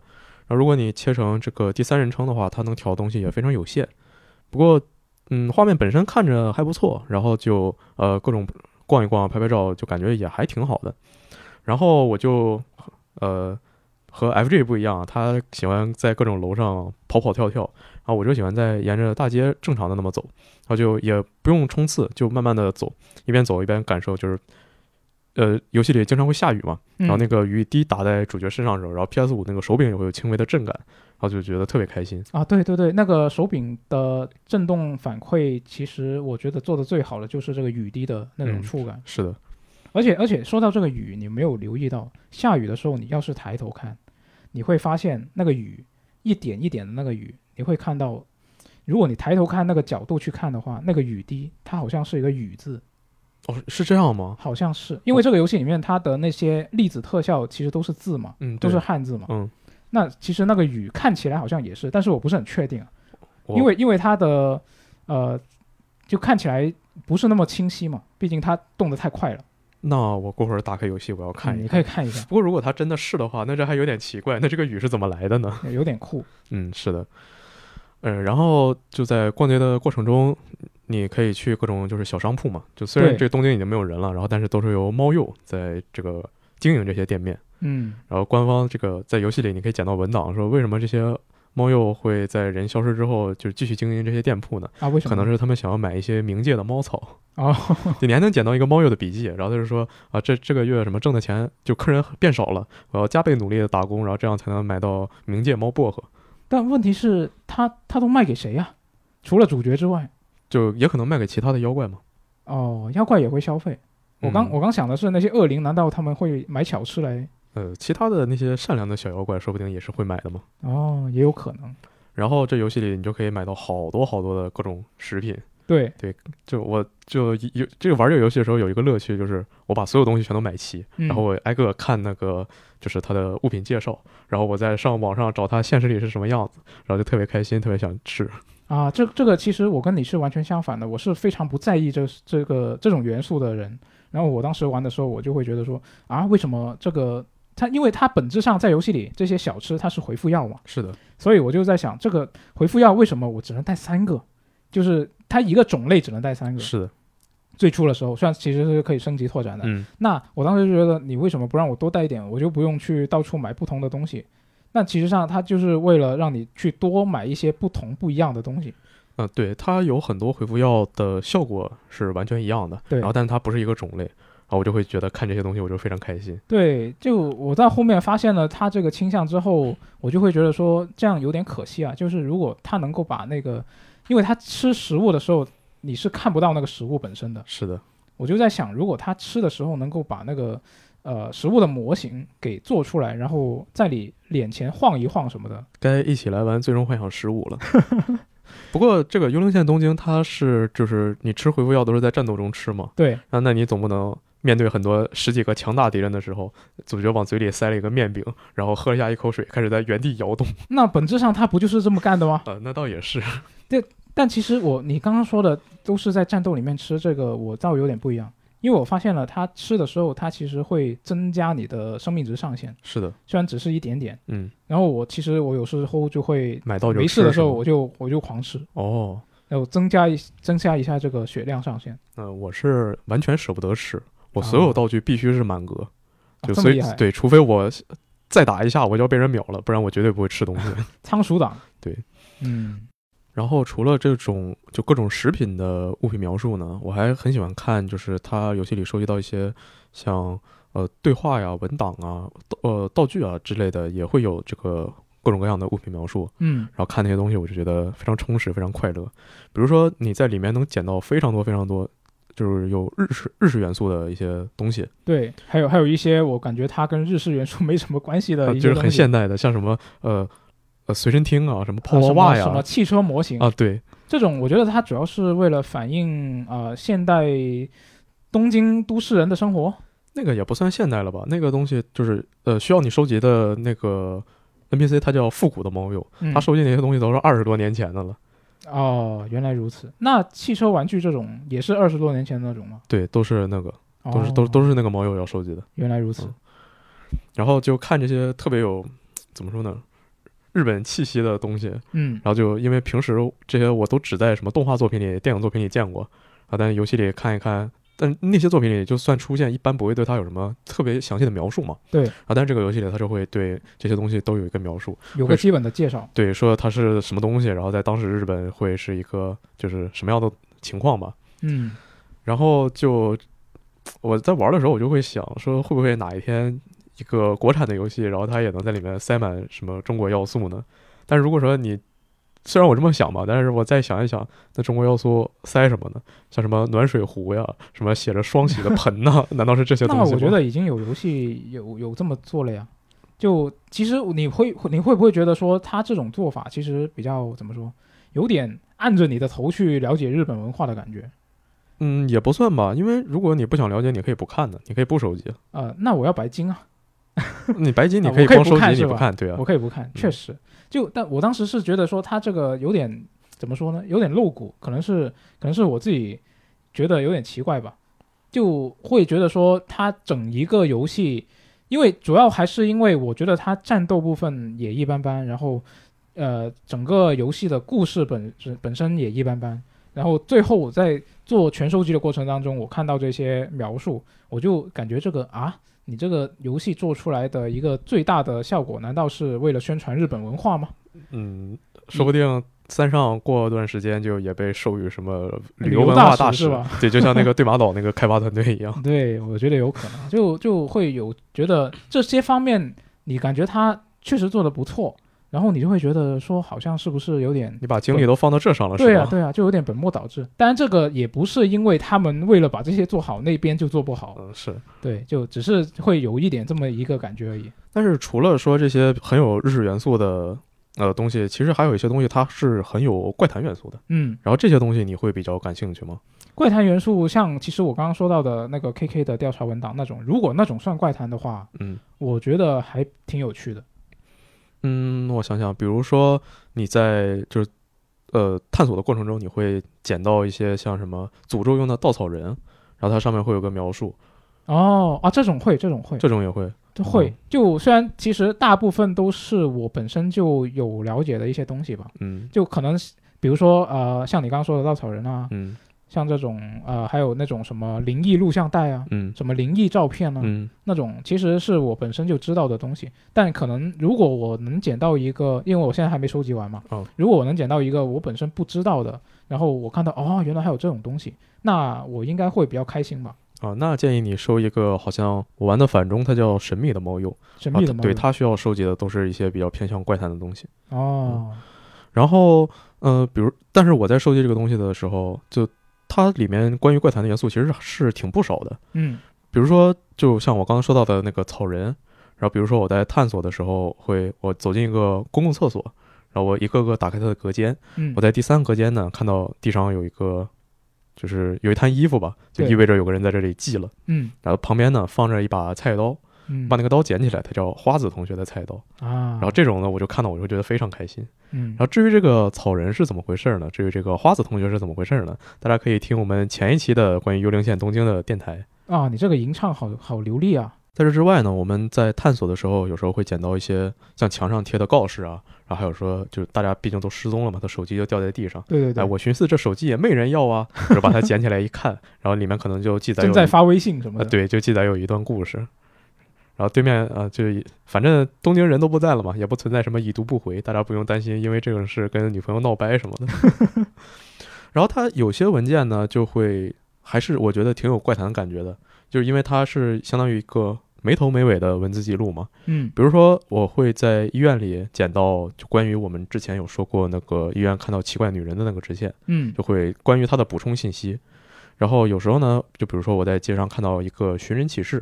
S2: 然后如果你切成这个第三人称的话，它能调的东西也非常有限。不过，嗯，画面本身看着还不错，然后就呃各种逛一逛、拍拍照，就感觉也还挺好的。然后我就呃和 FG 不一样，他喜欢在各种楼上跑跑跳跳，然后我就喜欢在沿着大街正常的那么走。然后就也不用冲刺，就慢慢的走，一边走一边感受，就是，呃，游戏里经常会下雨嘛，
S1: 嗯
S2: 然后那个雨滴打在主角身上的时候，然后 PS 五那个手柄也会有轻微的震感，然后就觉得特别开心。
S1: 啊，对对对，那个手柄的震动反馈，其实我觉得做的最好的就是这个雨滴的那种
S2: 嗯
S1: 触感，
S2: 是的，
S1: 而且而且说到这个雨，你没有留意到，下雨的时候你要是抬头看，你会发现那个雨一点一点的那个雨，你会看到，如果你抬头看那个角度去看的话，那个雨滴它好像是一个雨字，
S2: 哦，是这样吗？
S1: 好像是因为这个游戏里面它的那些粒子特效其实都是字嘛，
S2: 嗯，
S1: 都
S2: 对
S1: 是汉字嘛，
S2: 嗯，
S1: 那其实那个雨看起来好像也是，但是我不是很确定啊，
S2: 我
S1: 因为因为它的呃，就看起来不是那么清晰嘛，毕竟它动得太快了。
S2: 那我过会儿打开游戏，我要看
S1: 嗯
S2: 一
S1: 你
S2: 看。
S1: 可以看一下，
S2: 不过如果它真的是的话，那这还有点奇怪，那这个雨是怎么来的呢？
S1: 有点 酷。
S2: 嗯，是的，嗯，然后就在逛街的过程中，你可以去各种就是小商铺嘛，就虽然
S1: 对
S2: 这个东京已经没有人了，然后但是都是由猫鼬在这个经营这些店面，
S1: 嗯，
S2: 然后官方这个在游戏里你可以捡到文档，说为什么这些猫鼬会在人消失之后就继续经营这些店铺呢？
S1: 啊，为什么
S2: 可
S1: 呢？
S2: 能是他们想要买一些冥界的猫草。
S1: 哦，
S2: 对你还能捡到一个猫鼬的笔记，然后他就说啊，这这个月什么挣的钱就客人变少了，我要加倍努力的打工，然后这样才能买到冥界猫薄荷。
S1: 但问题是，他他都卖给谁呀、除了主角之外，
S2: 就也可能卖给其他的妖怪嘛。
S1: 哦，妖怪也会消费。我刚、
S2: 嗯
S1: 我刚想的是，那些恶灵难道他们会买小吃来？
S2: 呃，其他的那些善良的小妖怪，说不定也是会买的嘛。
S1: 哦，也有可能。
S2: 然后这游戏里你就可以买到好多好多的各种食品。
S1: 对，
S2: 就我就有这个玩这个游戏的时候有一个乐趣，就是我把所有东西全都买齐，
S1: 嗯
S2: 然后我挨个看那个就是它的物品介绍，然后我再上网上找它现实里是什么样子，然后就特别开心，特别想吃。
S1: 啊，这这个其实我跟你是完全相反的，我是非常不在意这这个这种元素的人。然后我当时玩的时候，我就会觉得说啊，为什么这个它？因为它本质上在游戏里这些小吃它是回复药嘛，
S2: 是的，
S1: 所以我就在想，这个回复药为什么我只能带三个？就是它一个种类只能带三个。
S2: 是的，
S1: 最初的时候，虽然其实是可以升级拓展的，
S2: 嗯，
S1: 那我当时就觉得你为什么不让我多带一点？我就不用去到处买不同的东西。那其实上它就是为了让你去多买一些不同不一样的东西。
S2: 嗯，对，它有很多回复药的效果是完全一样的，
S1: 对
S2: 然后但它不是一个种类，然后我就会觉得看这些东西我就非常开心。
S1: 对，就我到后面发现了他这个倾向之后，我就会觉得说这样有点可惜啊。就是如果他能够把那个，因为他吃食物的时候你是看不到那个食物本身的，
S2: 是的，
S1: 我就在想，如果他吃的时候能够把那个呃食物的模型给做出来，然后在你脸前晃一晃什么的，
S2: 该一起来玩《最终幻想十五》了。 不过这个《幽灵线：东京》它是就是你吃回复药都是在战斗中吃嘛，
S1: 对
S2: 那那你总不能面对很多十几个强大敌人的时候，主角往嘴里塞了一个面饼，然后喝下一口水，开始在原地摇动。
S1: 那本质上他不就是这么干的吗？
S2: 呃，那倒也是，
S1: 但其实我你刚刚说的都是在战斗里面吃，这个我倒有点不一样，因为我发现了它吃的时候，它其实会增加你的生命值上限，
S2: 是的，
S1: 虽然只 是一点点。
S2: 嗯，
S1: 然后我其实我有时候就会
S2: 买到就
S1: 没事的时候
S2: 吃
S1: 我就我就狂吃，
S2: 是吗哦，
S1: 然后增加一增加一下这个血量上限，
S2: 嗯、我是完全舍不得吃，我所有
S1: 哦
S2: 道具必须是满格，
S1: 啊
S2: 就
S1: 这
S2: 所
S1: 么
S2: 以
S1: 厉害。
S2: 对，除非我再打一下我就要被人秒了，不然我绝对不会吃东西。
S1: 仓鼠党。
S2: 对，
S1: 嗯，
S2: 然后除了这种就各种食品的物品描述呢，我还很喜欢看，就是它游戏里收集到一些像呃对话呀、文档啊、道呃道具啊之类的，也会有这个各种各样的物品描述。
S1: 嗯，
S2: 然后看那些东西，我就觉得非常充实，非常快乐。比如说你在里面能捡到非常多非常多，就是有日式日式元素的一些东西，
S1: 对，还有还有一些我感觉它跟日式元素没什么关系的
S2: 呃
S1: 一些
S2: 就是
S1: 东西，
S2: 很现代的，像什么呃呃随身听啊，什么泡
S1: 啊
S2: 泡
S1: 什
S2: 袜
S1: 么
S2: 呀
S1: 什么汽车模型
S2: 啊，对，
S1: 这种我觉得它主要是为了反映呃现代东京都市人的生活。
S2: 那个也不算现代了吧？那个东西就是呃需要你收集的那个 NPC，它叫复古的猫鼬，
S1: 嗯
S2: 它收集那些东西都是二十多年前的了，
S1: 哦，原来如此。那汽车玩具这种也是二十多年前的那种吗？
S2: 对，都是那个，
S1: 哦、
S2: 都是都都是那个猫鼬要收集的。
S1: 原来如此
S2: 嗯。然后就看这些特别有怎么说呢，日本气息的东西，
S1: 嗯，
S2: 然后就因为平时这些我都只在什么动画作品里、电影作品里见过啊，但游戏里看一看，但那些作品里就算出现，一般不会对它有什么特别详细的描述嘛。
S1: 对
S2: 啊，但这个游戏里它就会对这些东西都有一个描述，
S1: 有个基本的介绍。
S2: 对，说它是什么东西，然后在当时日本会是一个就是什么样的情况吧。
S1: 嗯，
S2: 然后就我在玩的时候，我就会想说，会不会哪一天一个国产的游戏，然后它也能在里面塞满什么中国要素呢？但如果说你虽然我这么想吧，但是我再想一想，那中国要素塞什么呢？像什么暖水壶呀，什么写着双喜的 盆呐、难道是这些东
S1: 那
S2: 西吗？
S1: 我觉得已经有游戏有有这么做了呀。就其实你会你会不会觉得说他这种做法其实比较怎么说，有点按着你的头去了解日本文化的感觉？
S2: 嗯，也不算吧，因为如果你不想了解，你可以不看的，你可以不 收集。
S1: 呃，那我要白金啊。
S2: 你白金你
S1: 啊
S2: 可以
S1: 我可以
S2: 光
S1: 不
S2: 收集，
S1: 看
S2: 你
S1: 是
S2: 不
S1: 吧
S2: 看，对啊
S1: 我，可以不看，确实。就但我当时是觉得说他这个有点怎么说呢？有点露骨，可能是可能是我自己觉得有点奇怪吧，就会觉得说他整一个游戏，因为主要还是因为我觉得他战斗部分也一般般，然后呃整个游戏的故事本本身也一般般。然后最后我在做全收集的过程当中，我看到这些描述，我就感觉这个啊，你这个游戏做出来的一个最大的效果，难道是为了宣传日本文化吗？
S2: 嗯，说不定三上过段时间就也被授予什么旅游
S1: 旅游
S2: 文
S1: 大
S2: 化
S1: 使
S2: 大
S1: 是吧？
S2: 对，就像那个对马岛那个开发团队 一样。
S1: 对，我觉得有可能，就就会有觉得这些方面，你感觉他确实做的不错，然后你就会觉得说，好像是不是有点
S2: 你把精力都放到这上了，
S1: 对
S2: 是
S1: 啊，
S2: 吧？
S1: 对啊，就有点本末倒置。当然，这个也不是因为他们为了把这些做好，那边就做不好，
S2: 嗯，是。
S1: 对，就只是会有一点这么一个感觉而已。
S2: 但是除了说这些很有日式元素的呃东西，其实还有一些东西它是很有怪谈元素的。
S1: 嗯，
S2: 然后这些东西你会比较感兴趣吗？
S1: 怪谈元素像其实我刚刚说到的那个 KK 的调查文档那种，如果那种算怪谈的话，
S2: 嗯
S1: 我觉得还挺有趣的。
S2: 嗯，我想想，比如说你在就是呃探索的过程中，你会捡到一些像什么诅咒用的稻草人，然后它上面会有个描述，
S1: 哦啊，这种会，这种会，
S2: 这种也会。
S1: 这会
S2: 嗯。
S1: 就虽然其实大部分都是我本身就有了解的一些东西吧，
S2: 嗯
S1: 就可能是比如说呃，像你刚刚说的稻草人啊，
S2: 嗯
S1: 像这种呃，还有那种什么灵异录像带啊，
S2: 嗯
S1: 什么灵异照片啊，
S2: 嗯
S1: 那种其实是我本身就知道的东西，但可能如果我能捡到一个，因为我现在还没收集完嘛，
S2: 哦
S1: 如果我能捡到一个我本身不知道的，然后我看到哦，原来还有这种东西，那我应该会比较开心吧。
S2: 啊，那建议你收一个好像我玩的反中，它叫神秘的猫鼬，
S1: 神秘的
S2: 啊
S1: 猫、
S2: 对，它需要收集的都是一些比较偏向怪谈的东西。
S1: 哦，
S2: 然后，呃，比如，但是我在收集这个东西的时候，就它里面关于怪谈的元素其实是是挺不少的。
S1: 嗯
S2: 比如说，就像我刚刚说到的那个草人，然后比如说我在探索的时候会，我走进一个公共厕所，然后我一个个打开它的隔间，
S1: 嗯，
S2: 我在第三个隔间呢看到地上有一个，就是有一摊衣服吧，就
S1: 对
S2: 意味着有个人在这里系了。
S1: 嗯
S2: 然后旁边呢放着一把菜刀，
S1: 嗯
S2: 把那个刀捡起来，它叫花子同学的菜刀。
S1: 啊，
S2: 然后这种呢，我就看到我就会觉得非常开心。
S1: 嗯
S2: 然后至于这个草人是怎么回事呢？至于这个花子同学是怎么回事呢？大家可以听我们前一期的关于幽灵线东京的电台。
S1: 啊，你这个吟唱好好流利啊，
S2: 在这之外呢，我们在探索的时候，有时候会捡到一些像墙上贴的告示啊，然后还有说，就是大家毕竟都失踪了嘛，他手机就掉在地上。
S1: 对对
S2: 哎，
S1: 对，
S2: 我寻思这手机也没人要啊，我就把它捡起来一看，然后里面可能就记载有
S1: 正在发微信什么
S2: 啊，
S1: 的，
S2: 对，就记载有一段故事。然后对面啊，就反正东京人都不在了嘛，也不存在什么已读不回，大家不用担心，因为这种事跟女朋友闹掰什么的。然后它有些文件呢，就会还是我觉得挺有怪谈感觉的，就是因为它是相当于一个没头没尾的文字记录嘛。
S1: 嗯
S2: 比如说，我会在医院里捡到就关于我们之前有说过那个医院看到奇怪女人的那个支线，
S1: 嗯
S2: 就会关于它的补充信息。然后有时候呢，就比如说我在街上看到一个寻人启事，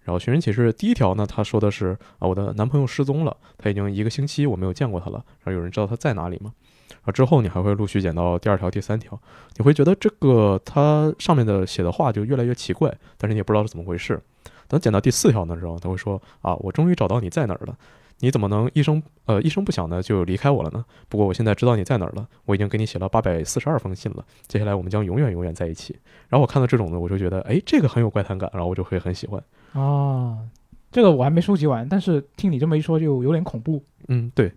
S2: 然后寻人启事第一条呢，他说的是啊，我的男朋友失踪了，他已经一个星期我没有见过他了，然后有人知道他在哪里吗？然后之后你还会陆续捡到第二条、第三条，你会觉得这个它上面的写的话就越来越奇怪，但是你也不知道是怎么回事。等捡到第四条的时候，他会说啊，我终于找到你在哪儿了。你怎么能一声呃一声不响的就离开我了呢？不过我现在知道你在哪儿了，我已经给你写了八百四十二封信了。接下来我们将永远永远在一起。然后我看到这种呢，我就觉得哎，这个很有怪谈感，然后我就会很喜欢。
S1: 啊，这个我还没收集完，但是听你这么一说就有点恐怖，
S2: 嗯，对。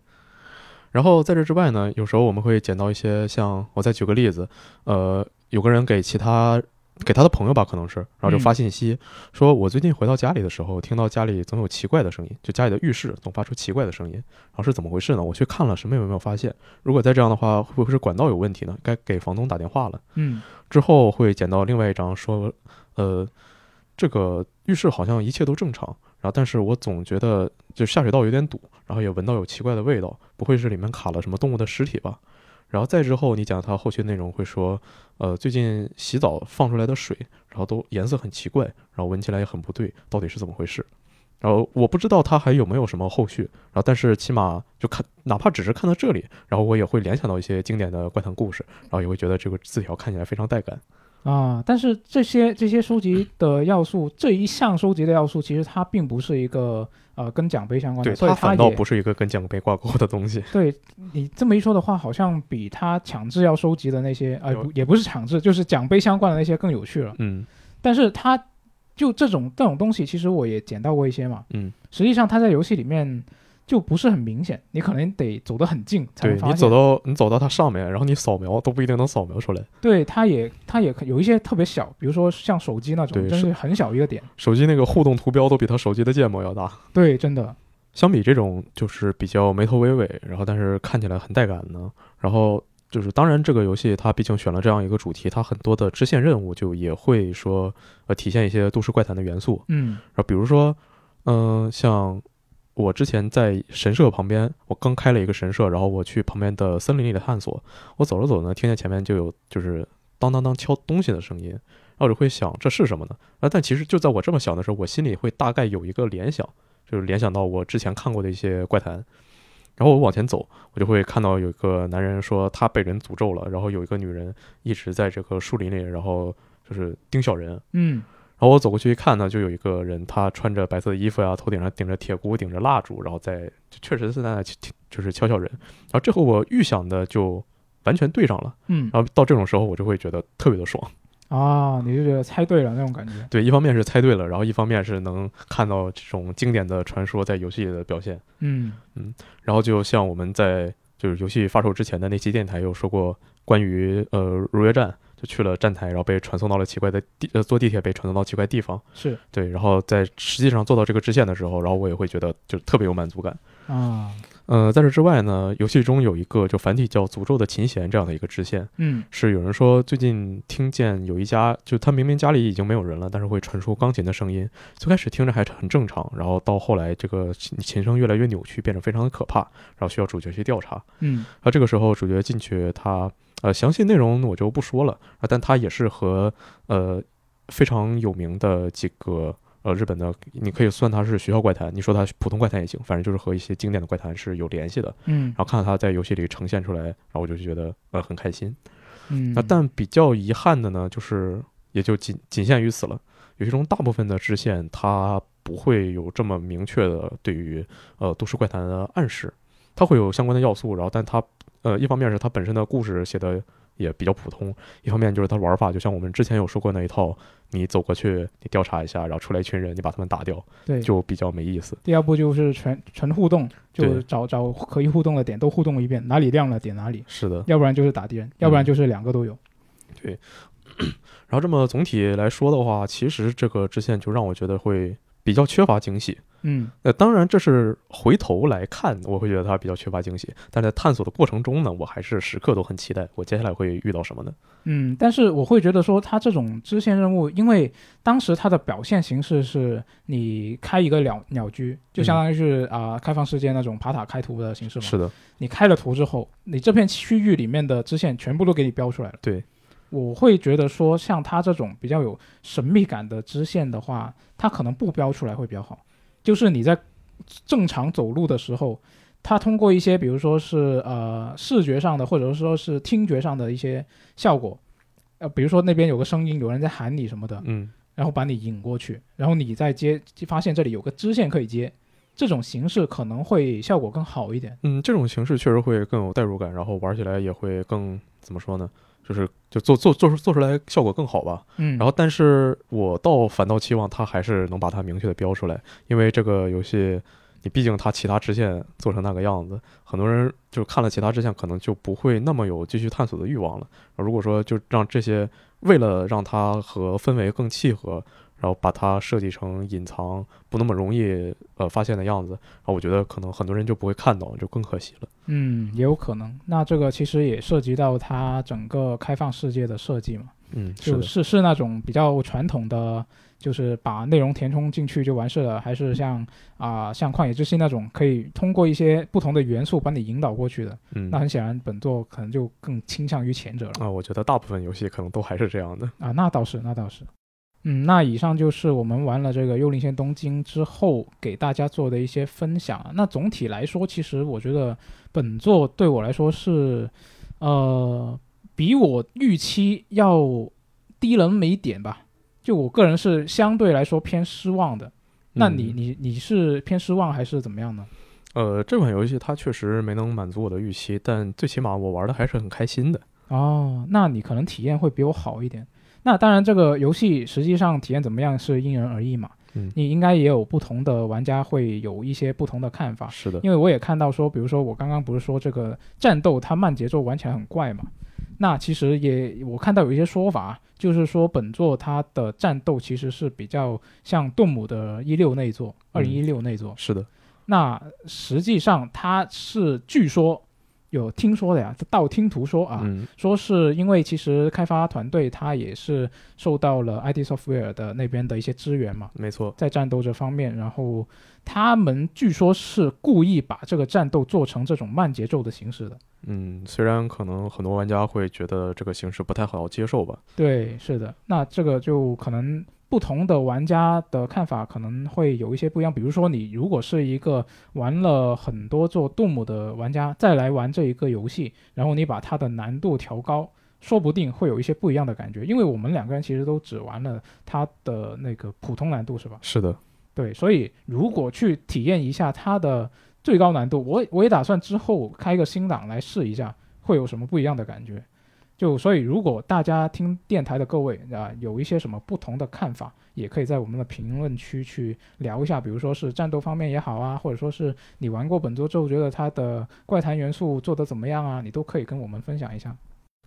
S2: 然后在这之外呢，有时候我们会捡到一些像，我再举个例子，呃，有个人给其他给他的朋友吧，可能是，然后就发信息、说，我最近回到家里的时候，听到家里总有奇怪的声音，就家里的浴室总发出奇怪的声音，然后是怎么回事呢？我去看了，什么也没有发现。如果再这样的话，会不会是管道有问题呢？该给房东打电话了。
S1: 嗯
S2: 之后会捡到另外一张说，呃，这个浴室好像一切都正常，然后但是我总觉得就下水道有点堵，然后也闻到有奇怪的味道，不会是里面卡了什么动物的尸体吧？然后再之后，你讲它后续内容会说，呃，最近洗澡放出来的水，然后都颜色很奇怪，然后闻起来也很不对，到底是怎么回事？然后我不知道它还有没有什么后续，然后但是起码就看，哪怕只是看到这里，然后我也会联想到一些经典的怪谈故事，然后也会觉得这个字条看起来非常带感。
S1: 啊，但是这些这些收集的要素，这一项收集的要素，其实它并不是一个呃跟奖杯相关的，
S2: 对，
S1: 所以
S2: 它
S1: 它
S2: 反倒
S1: 也
S2: 不是一个跟奖杯挂钩的东 西。
S1: 对你这么一说的话，好像比他强制要收集的那些，呃，
S2: 有
S1: 不也不是强制，就是奖杯相关的那些更有趣了。
S2: 嗯
S1: 但是他就这种这种东西，其实我也捡到过一些嘛。
S2: 嗯，
S1: 实际上他在游戏里面就不是很明显，你可能得走得很近才
S2: 对
S1: 能发
S2: 你
S1: 现。
S2: 走到你走到它上面，然后你扫描都不一定能扫描出来。
S1: 对，它也它也有一些特别小，比如说像手机那种，
S2: 对
S1: 真
S2: 是
S1: 是很小一个点。
S2: 手机那个互动图标都比它手机的建模要大。
S1: 对，真的，
S2: 相比这种就是比较没头没尾，然后但是看起来很带感呢，然后。就是当然，这个游戏它毕竟选了这样一个主题，它很多的支线任务就也会说，呃，体现一些都市怪谈的元素。
S1: 嗯
S2: 然后比如说，嗯、像我之前在神社旁边，我刚开了一个神社，然后我去旁边的森林里的探索，我走着走着呢，听见前面就有就是当当当敲东西的声音，然后我就会想这是什么呢？啊，但其实就在我这么想的时候，我心里会大概有一个联想，就是联想到我之前看过的一些怪谈。然后我往前走，我就会看到有一个男人说他被人诅咒了，然后有一个女人一直在这个树林里，然后就是盯小人，
S1: 嗯
S2: 然后我走过去一看呢，就有一个人，他穿着白色的衣服呀、啊头顶上顶着铁箍，顶着蜡烛，然后在就确实是在那敲就是敲敲人。然后这和我预想的就完全对上了。
S1: 嗯
S2: 然后到这种时候，我就会觉得特别的爽。
S1: 啊，你就觉得猜对了那种感觉。
S2: 对，一方面是猜对了，然后一方面是能看到这种经典的传说在游戏里的表现。
S1: 嗯
S2: 然后就像我们在就是游戏发售之前的那期电台有说过关于呃如约战，就去了站台，然后被传送到了奇怪的地，呃，坐地铁被传送到奇怪地方。
S1: 是
S2: 对，然后在实际上做到这个支线的时候，然后我也会觉得就是特别有满足感。
S1: 啊，
S2: 呃，在这之外呢，游戏中有一个就繁体叫《诅咒的琴弦》这样的一个支线，
S1: 嗯
S2: 是有人说最近听见有一家，就他明明家里已经没有人了，但是会传出钢琴的声音。最开始听着还很正常，然后到后来这个琴琴声越来越扭曲，变得非常的可怕，然后需要主角去调查。
S1: 嗯
S2: 那这个时候主角进去他，呃详细内容我就不说了啊，但他也是和呃非常有名的几个呃日本的，你可以算他是学校怪谈，你说他普通怪谈也行，反正就是和一些经典的怪谈是有联系的。
S1: 嗯
S2: 然后看到他在游戏里呈现出来，然后我就觉得呃很开心。
S1: 嗯，
S2: 那但比较遗憾的呢，就是也就仅仅限于此了。游戏中大部分的支线，它不会有这么明确的对于呃都市怪谈的暗示，它会有相关的要素，然后但它呃一方面是它本身的故事写的也比较普通，一方面就是它玩法，就像我们之前有说过那一套，你走过去，你调查一下，然后出来一群人，你把他们打掉，
S1: 对，
S2: 就比较没意思。
S1: 第二步就是全全互动，就
S2: 对
S1: 找找可以互动的点都互动一遍，哪里亮了点哪里，
S2: 是的，
S1: 要不然就是打敌人，要不然
S2: 嗯
S1: 就是两个都有。
S2: 然后这么总体来说的话，其实这个支线就让我觉得会比较缺乏惊喜。
S1: 嗯
S2: 呃，当然，这是回头来看，我会觉得它比较缺乏惊喜。但在探索的过程中呢，我还是时刻都很期待我接下来会遇到什么呢？
S1: 嗯，但是我会觉得说，它这种支线任务，因为当时它的表现形式是你开一个鸟鸟居，就相当于是啊、开放世界那种爬塔开图的形式嘛。
S2: 是的，
S1: 你开了图之后，你这片区域里面的支线全部都给你标出来了。
S2: 对，
S1: 我会觉得说，像它这种比较有神秘感的支线的话，它可能不标出来会比较好。就是你在正常走路的时候，它通过一些比如说是呃视觉上的，或者说是听觉上的一些效果，呃，比如说那边有个声音，有人在喊你什么的，
S2: 嗯，
S1: 然后把你引过去，然后你再接，发现这里有个支线可以接，这种形式可能会效果更好一点。
S2: 嗯，这种形式确实会更有代入感，然后玩起来也会更怎么说呢？就是就做做做出做出来效果更好吧。
S1: 嗯，
S2: 然后，但是我倒反倒期望它还是能把它明确的标出来，因为这个游戏，你毕竟它其他支线做成那个样子，很多人就看了其他支线，可能就不会那么有继续探索的欲望了。如果说就让这些为了让它和氛围更契合，然后把它设计成隐藏不那么容易呃发现的样子，然后我觉得可能很多人就不会看到，就更可惜了。
S1: 嗯，也有可能。那这个其实也涉及到它整个开放世界的设计嘛，
S2: 嗯，是
S1: 就
S2: 的，
S1: 是是那种比较传统的，就是把内容填充进去就完事了，还是像啊、像旷野之心那种可以通过一些不同的元素把你引导过去的？
S2: 嗯
S1: 那很显然，本作可能就更倾向于前者了
S2: 啊，我觉得大部分游戏可能都还是这样的。
S1: 啊。那倒是，那倒是。嗯，那以上就是我们玩了这个《幽灵线：东京》之后给大家做的一些分享啊。那总体来说，其实我觉得本作对我来说是，呃，比我预期要低了那么一点吧。就我个人是相对来说偏失望的。那你、
S2: 嗯
S1: 你你是偏失望还是怎么样呢？
S2: 呃，这款游戏它确实没能满足我的预期，但最起码我玩的还是很开心的。
S1: 哦，那你可能体验会比我好一点。那当然，这个游戏实际上体验怎么样是因人而异嘛。
S2: 嗯
S1: 你应该也有不同的玩家会有一些不同的看法，
S2: 是的，
S1: 啊因为我也看到说，比如说我刚刚不是说这个战斗它慢节奏玩起来很怪嘛。那其实也我看到有一些说法，就是说本作它的战斗其实是比较像动姆的一六那一作，二
S2: 嗯
S1: 零一六那一作，
S2: 是的，
S1: 那实际上它是据说有听说的呀，道听途说啊，
S2: 嗯
S1: 说是因为其实开发团队它也是受到了 ID Software 的那边的一些支援嘛，
S2: 没错，
S1: 在战斗这方面，然后他们据说是故意把这个战斗做成这种慢节奏的形式的。
S2: 嗯，虽然可能很多玩家会觉得这个形式不太好接受吧，
S1: 对，是的，那这个就可能。不同的玩家的看法可能会有一些不一样，比如说你如果是一个玩了很多做动物的玩家，再来玩这一个游戏，然后你把它的难度调高，说不定会有一些不一样的感觉。因为我们两个人其实都只玩了它的那个普通难度，是吧？
S2: 是的，
S1: 对，所以如果去体验一下它的最高难度，我我也打算之后开个新档来试一下，会有什么不一样的感觉。就所以，如果大家听电台的各位啊、有一些什么不同的看法，也可以在我们的评论区去聊一下，比如说是战斗方面也好啊，或者说是你玩过本作之后觉得它的怪谈元素做得怎么样啊，你都可以跟我们分享一下。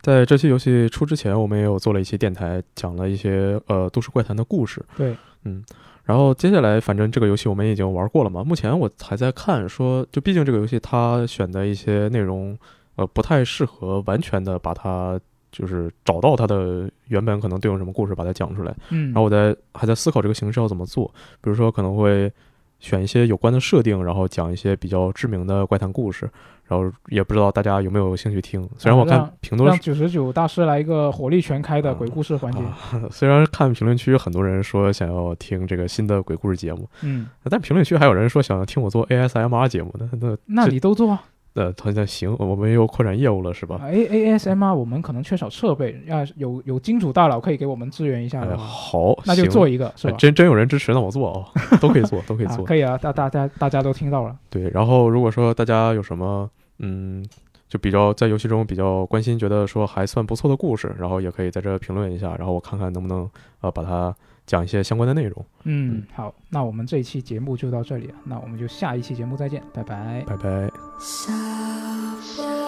S2: 在这期游戏出之前，我们也有做了一期电台，讲了一些呃都市怪谈的故事。
S1: 对，
S2: 然后接下来，反正这个游戏我们已经玩过了嘛，目前我还在看说，就毕竟这个游戏它选的一些内容，呃，不太适合完全的把它就是找到它的原本可能对应什么故事把它讲出来。
S1: 嗯，
S2: 然后我在还在思考这个形式要怎么做，比如说可能会选一些有关的设定，然后讲一些比较知名的怪谈故事，然后也不知道大家有没有兴趣听。虽然我
S1: 啊
S2: 看评论
S1: 让九十九大师来一个火力全开的鬼故事环节。
S2: 啊， 虽然看评论区很多人说想要听这个新的鬼故事节目，
S1: 嗯，
S2: 但评论区还有人说想要听我做 ASMR 节目呢。那
S1: 那
S2: 这
S1: 你都做啊？
S2: 那他那行，我们又扩展业务了是吧？
S1: A 哎 A S M R 我们可能缺少设备，要有有金主大佬可以给我们支援一下
S2: 哎，
S1: 的话，
S2: 好，
S1: 那就
S2: 行
S1: 做一个是
S2: 哎
S1: 吧？
S2: 真真有人支持，那我做啊、都可以做，都 可以
S1: 啊
S2: 做。
S1: 可以啊，大大家大家都听到了，
S2: 对，然后如果说大家有什么，嗯，就比较在游戏中比较关心，觉得说还算不错的故事，然后也可以在这评论一下，然后我看看能不能呃把它讲一些相关的内容。
S1: 嗯
S2: 嗯，
S1: 好，那我们这一期节目就到这里了，那我们就下一期节目再见，拜拜。
S2: 拜拜。
S3: 沙发。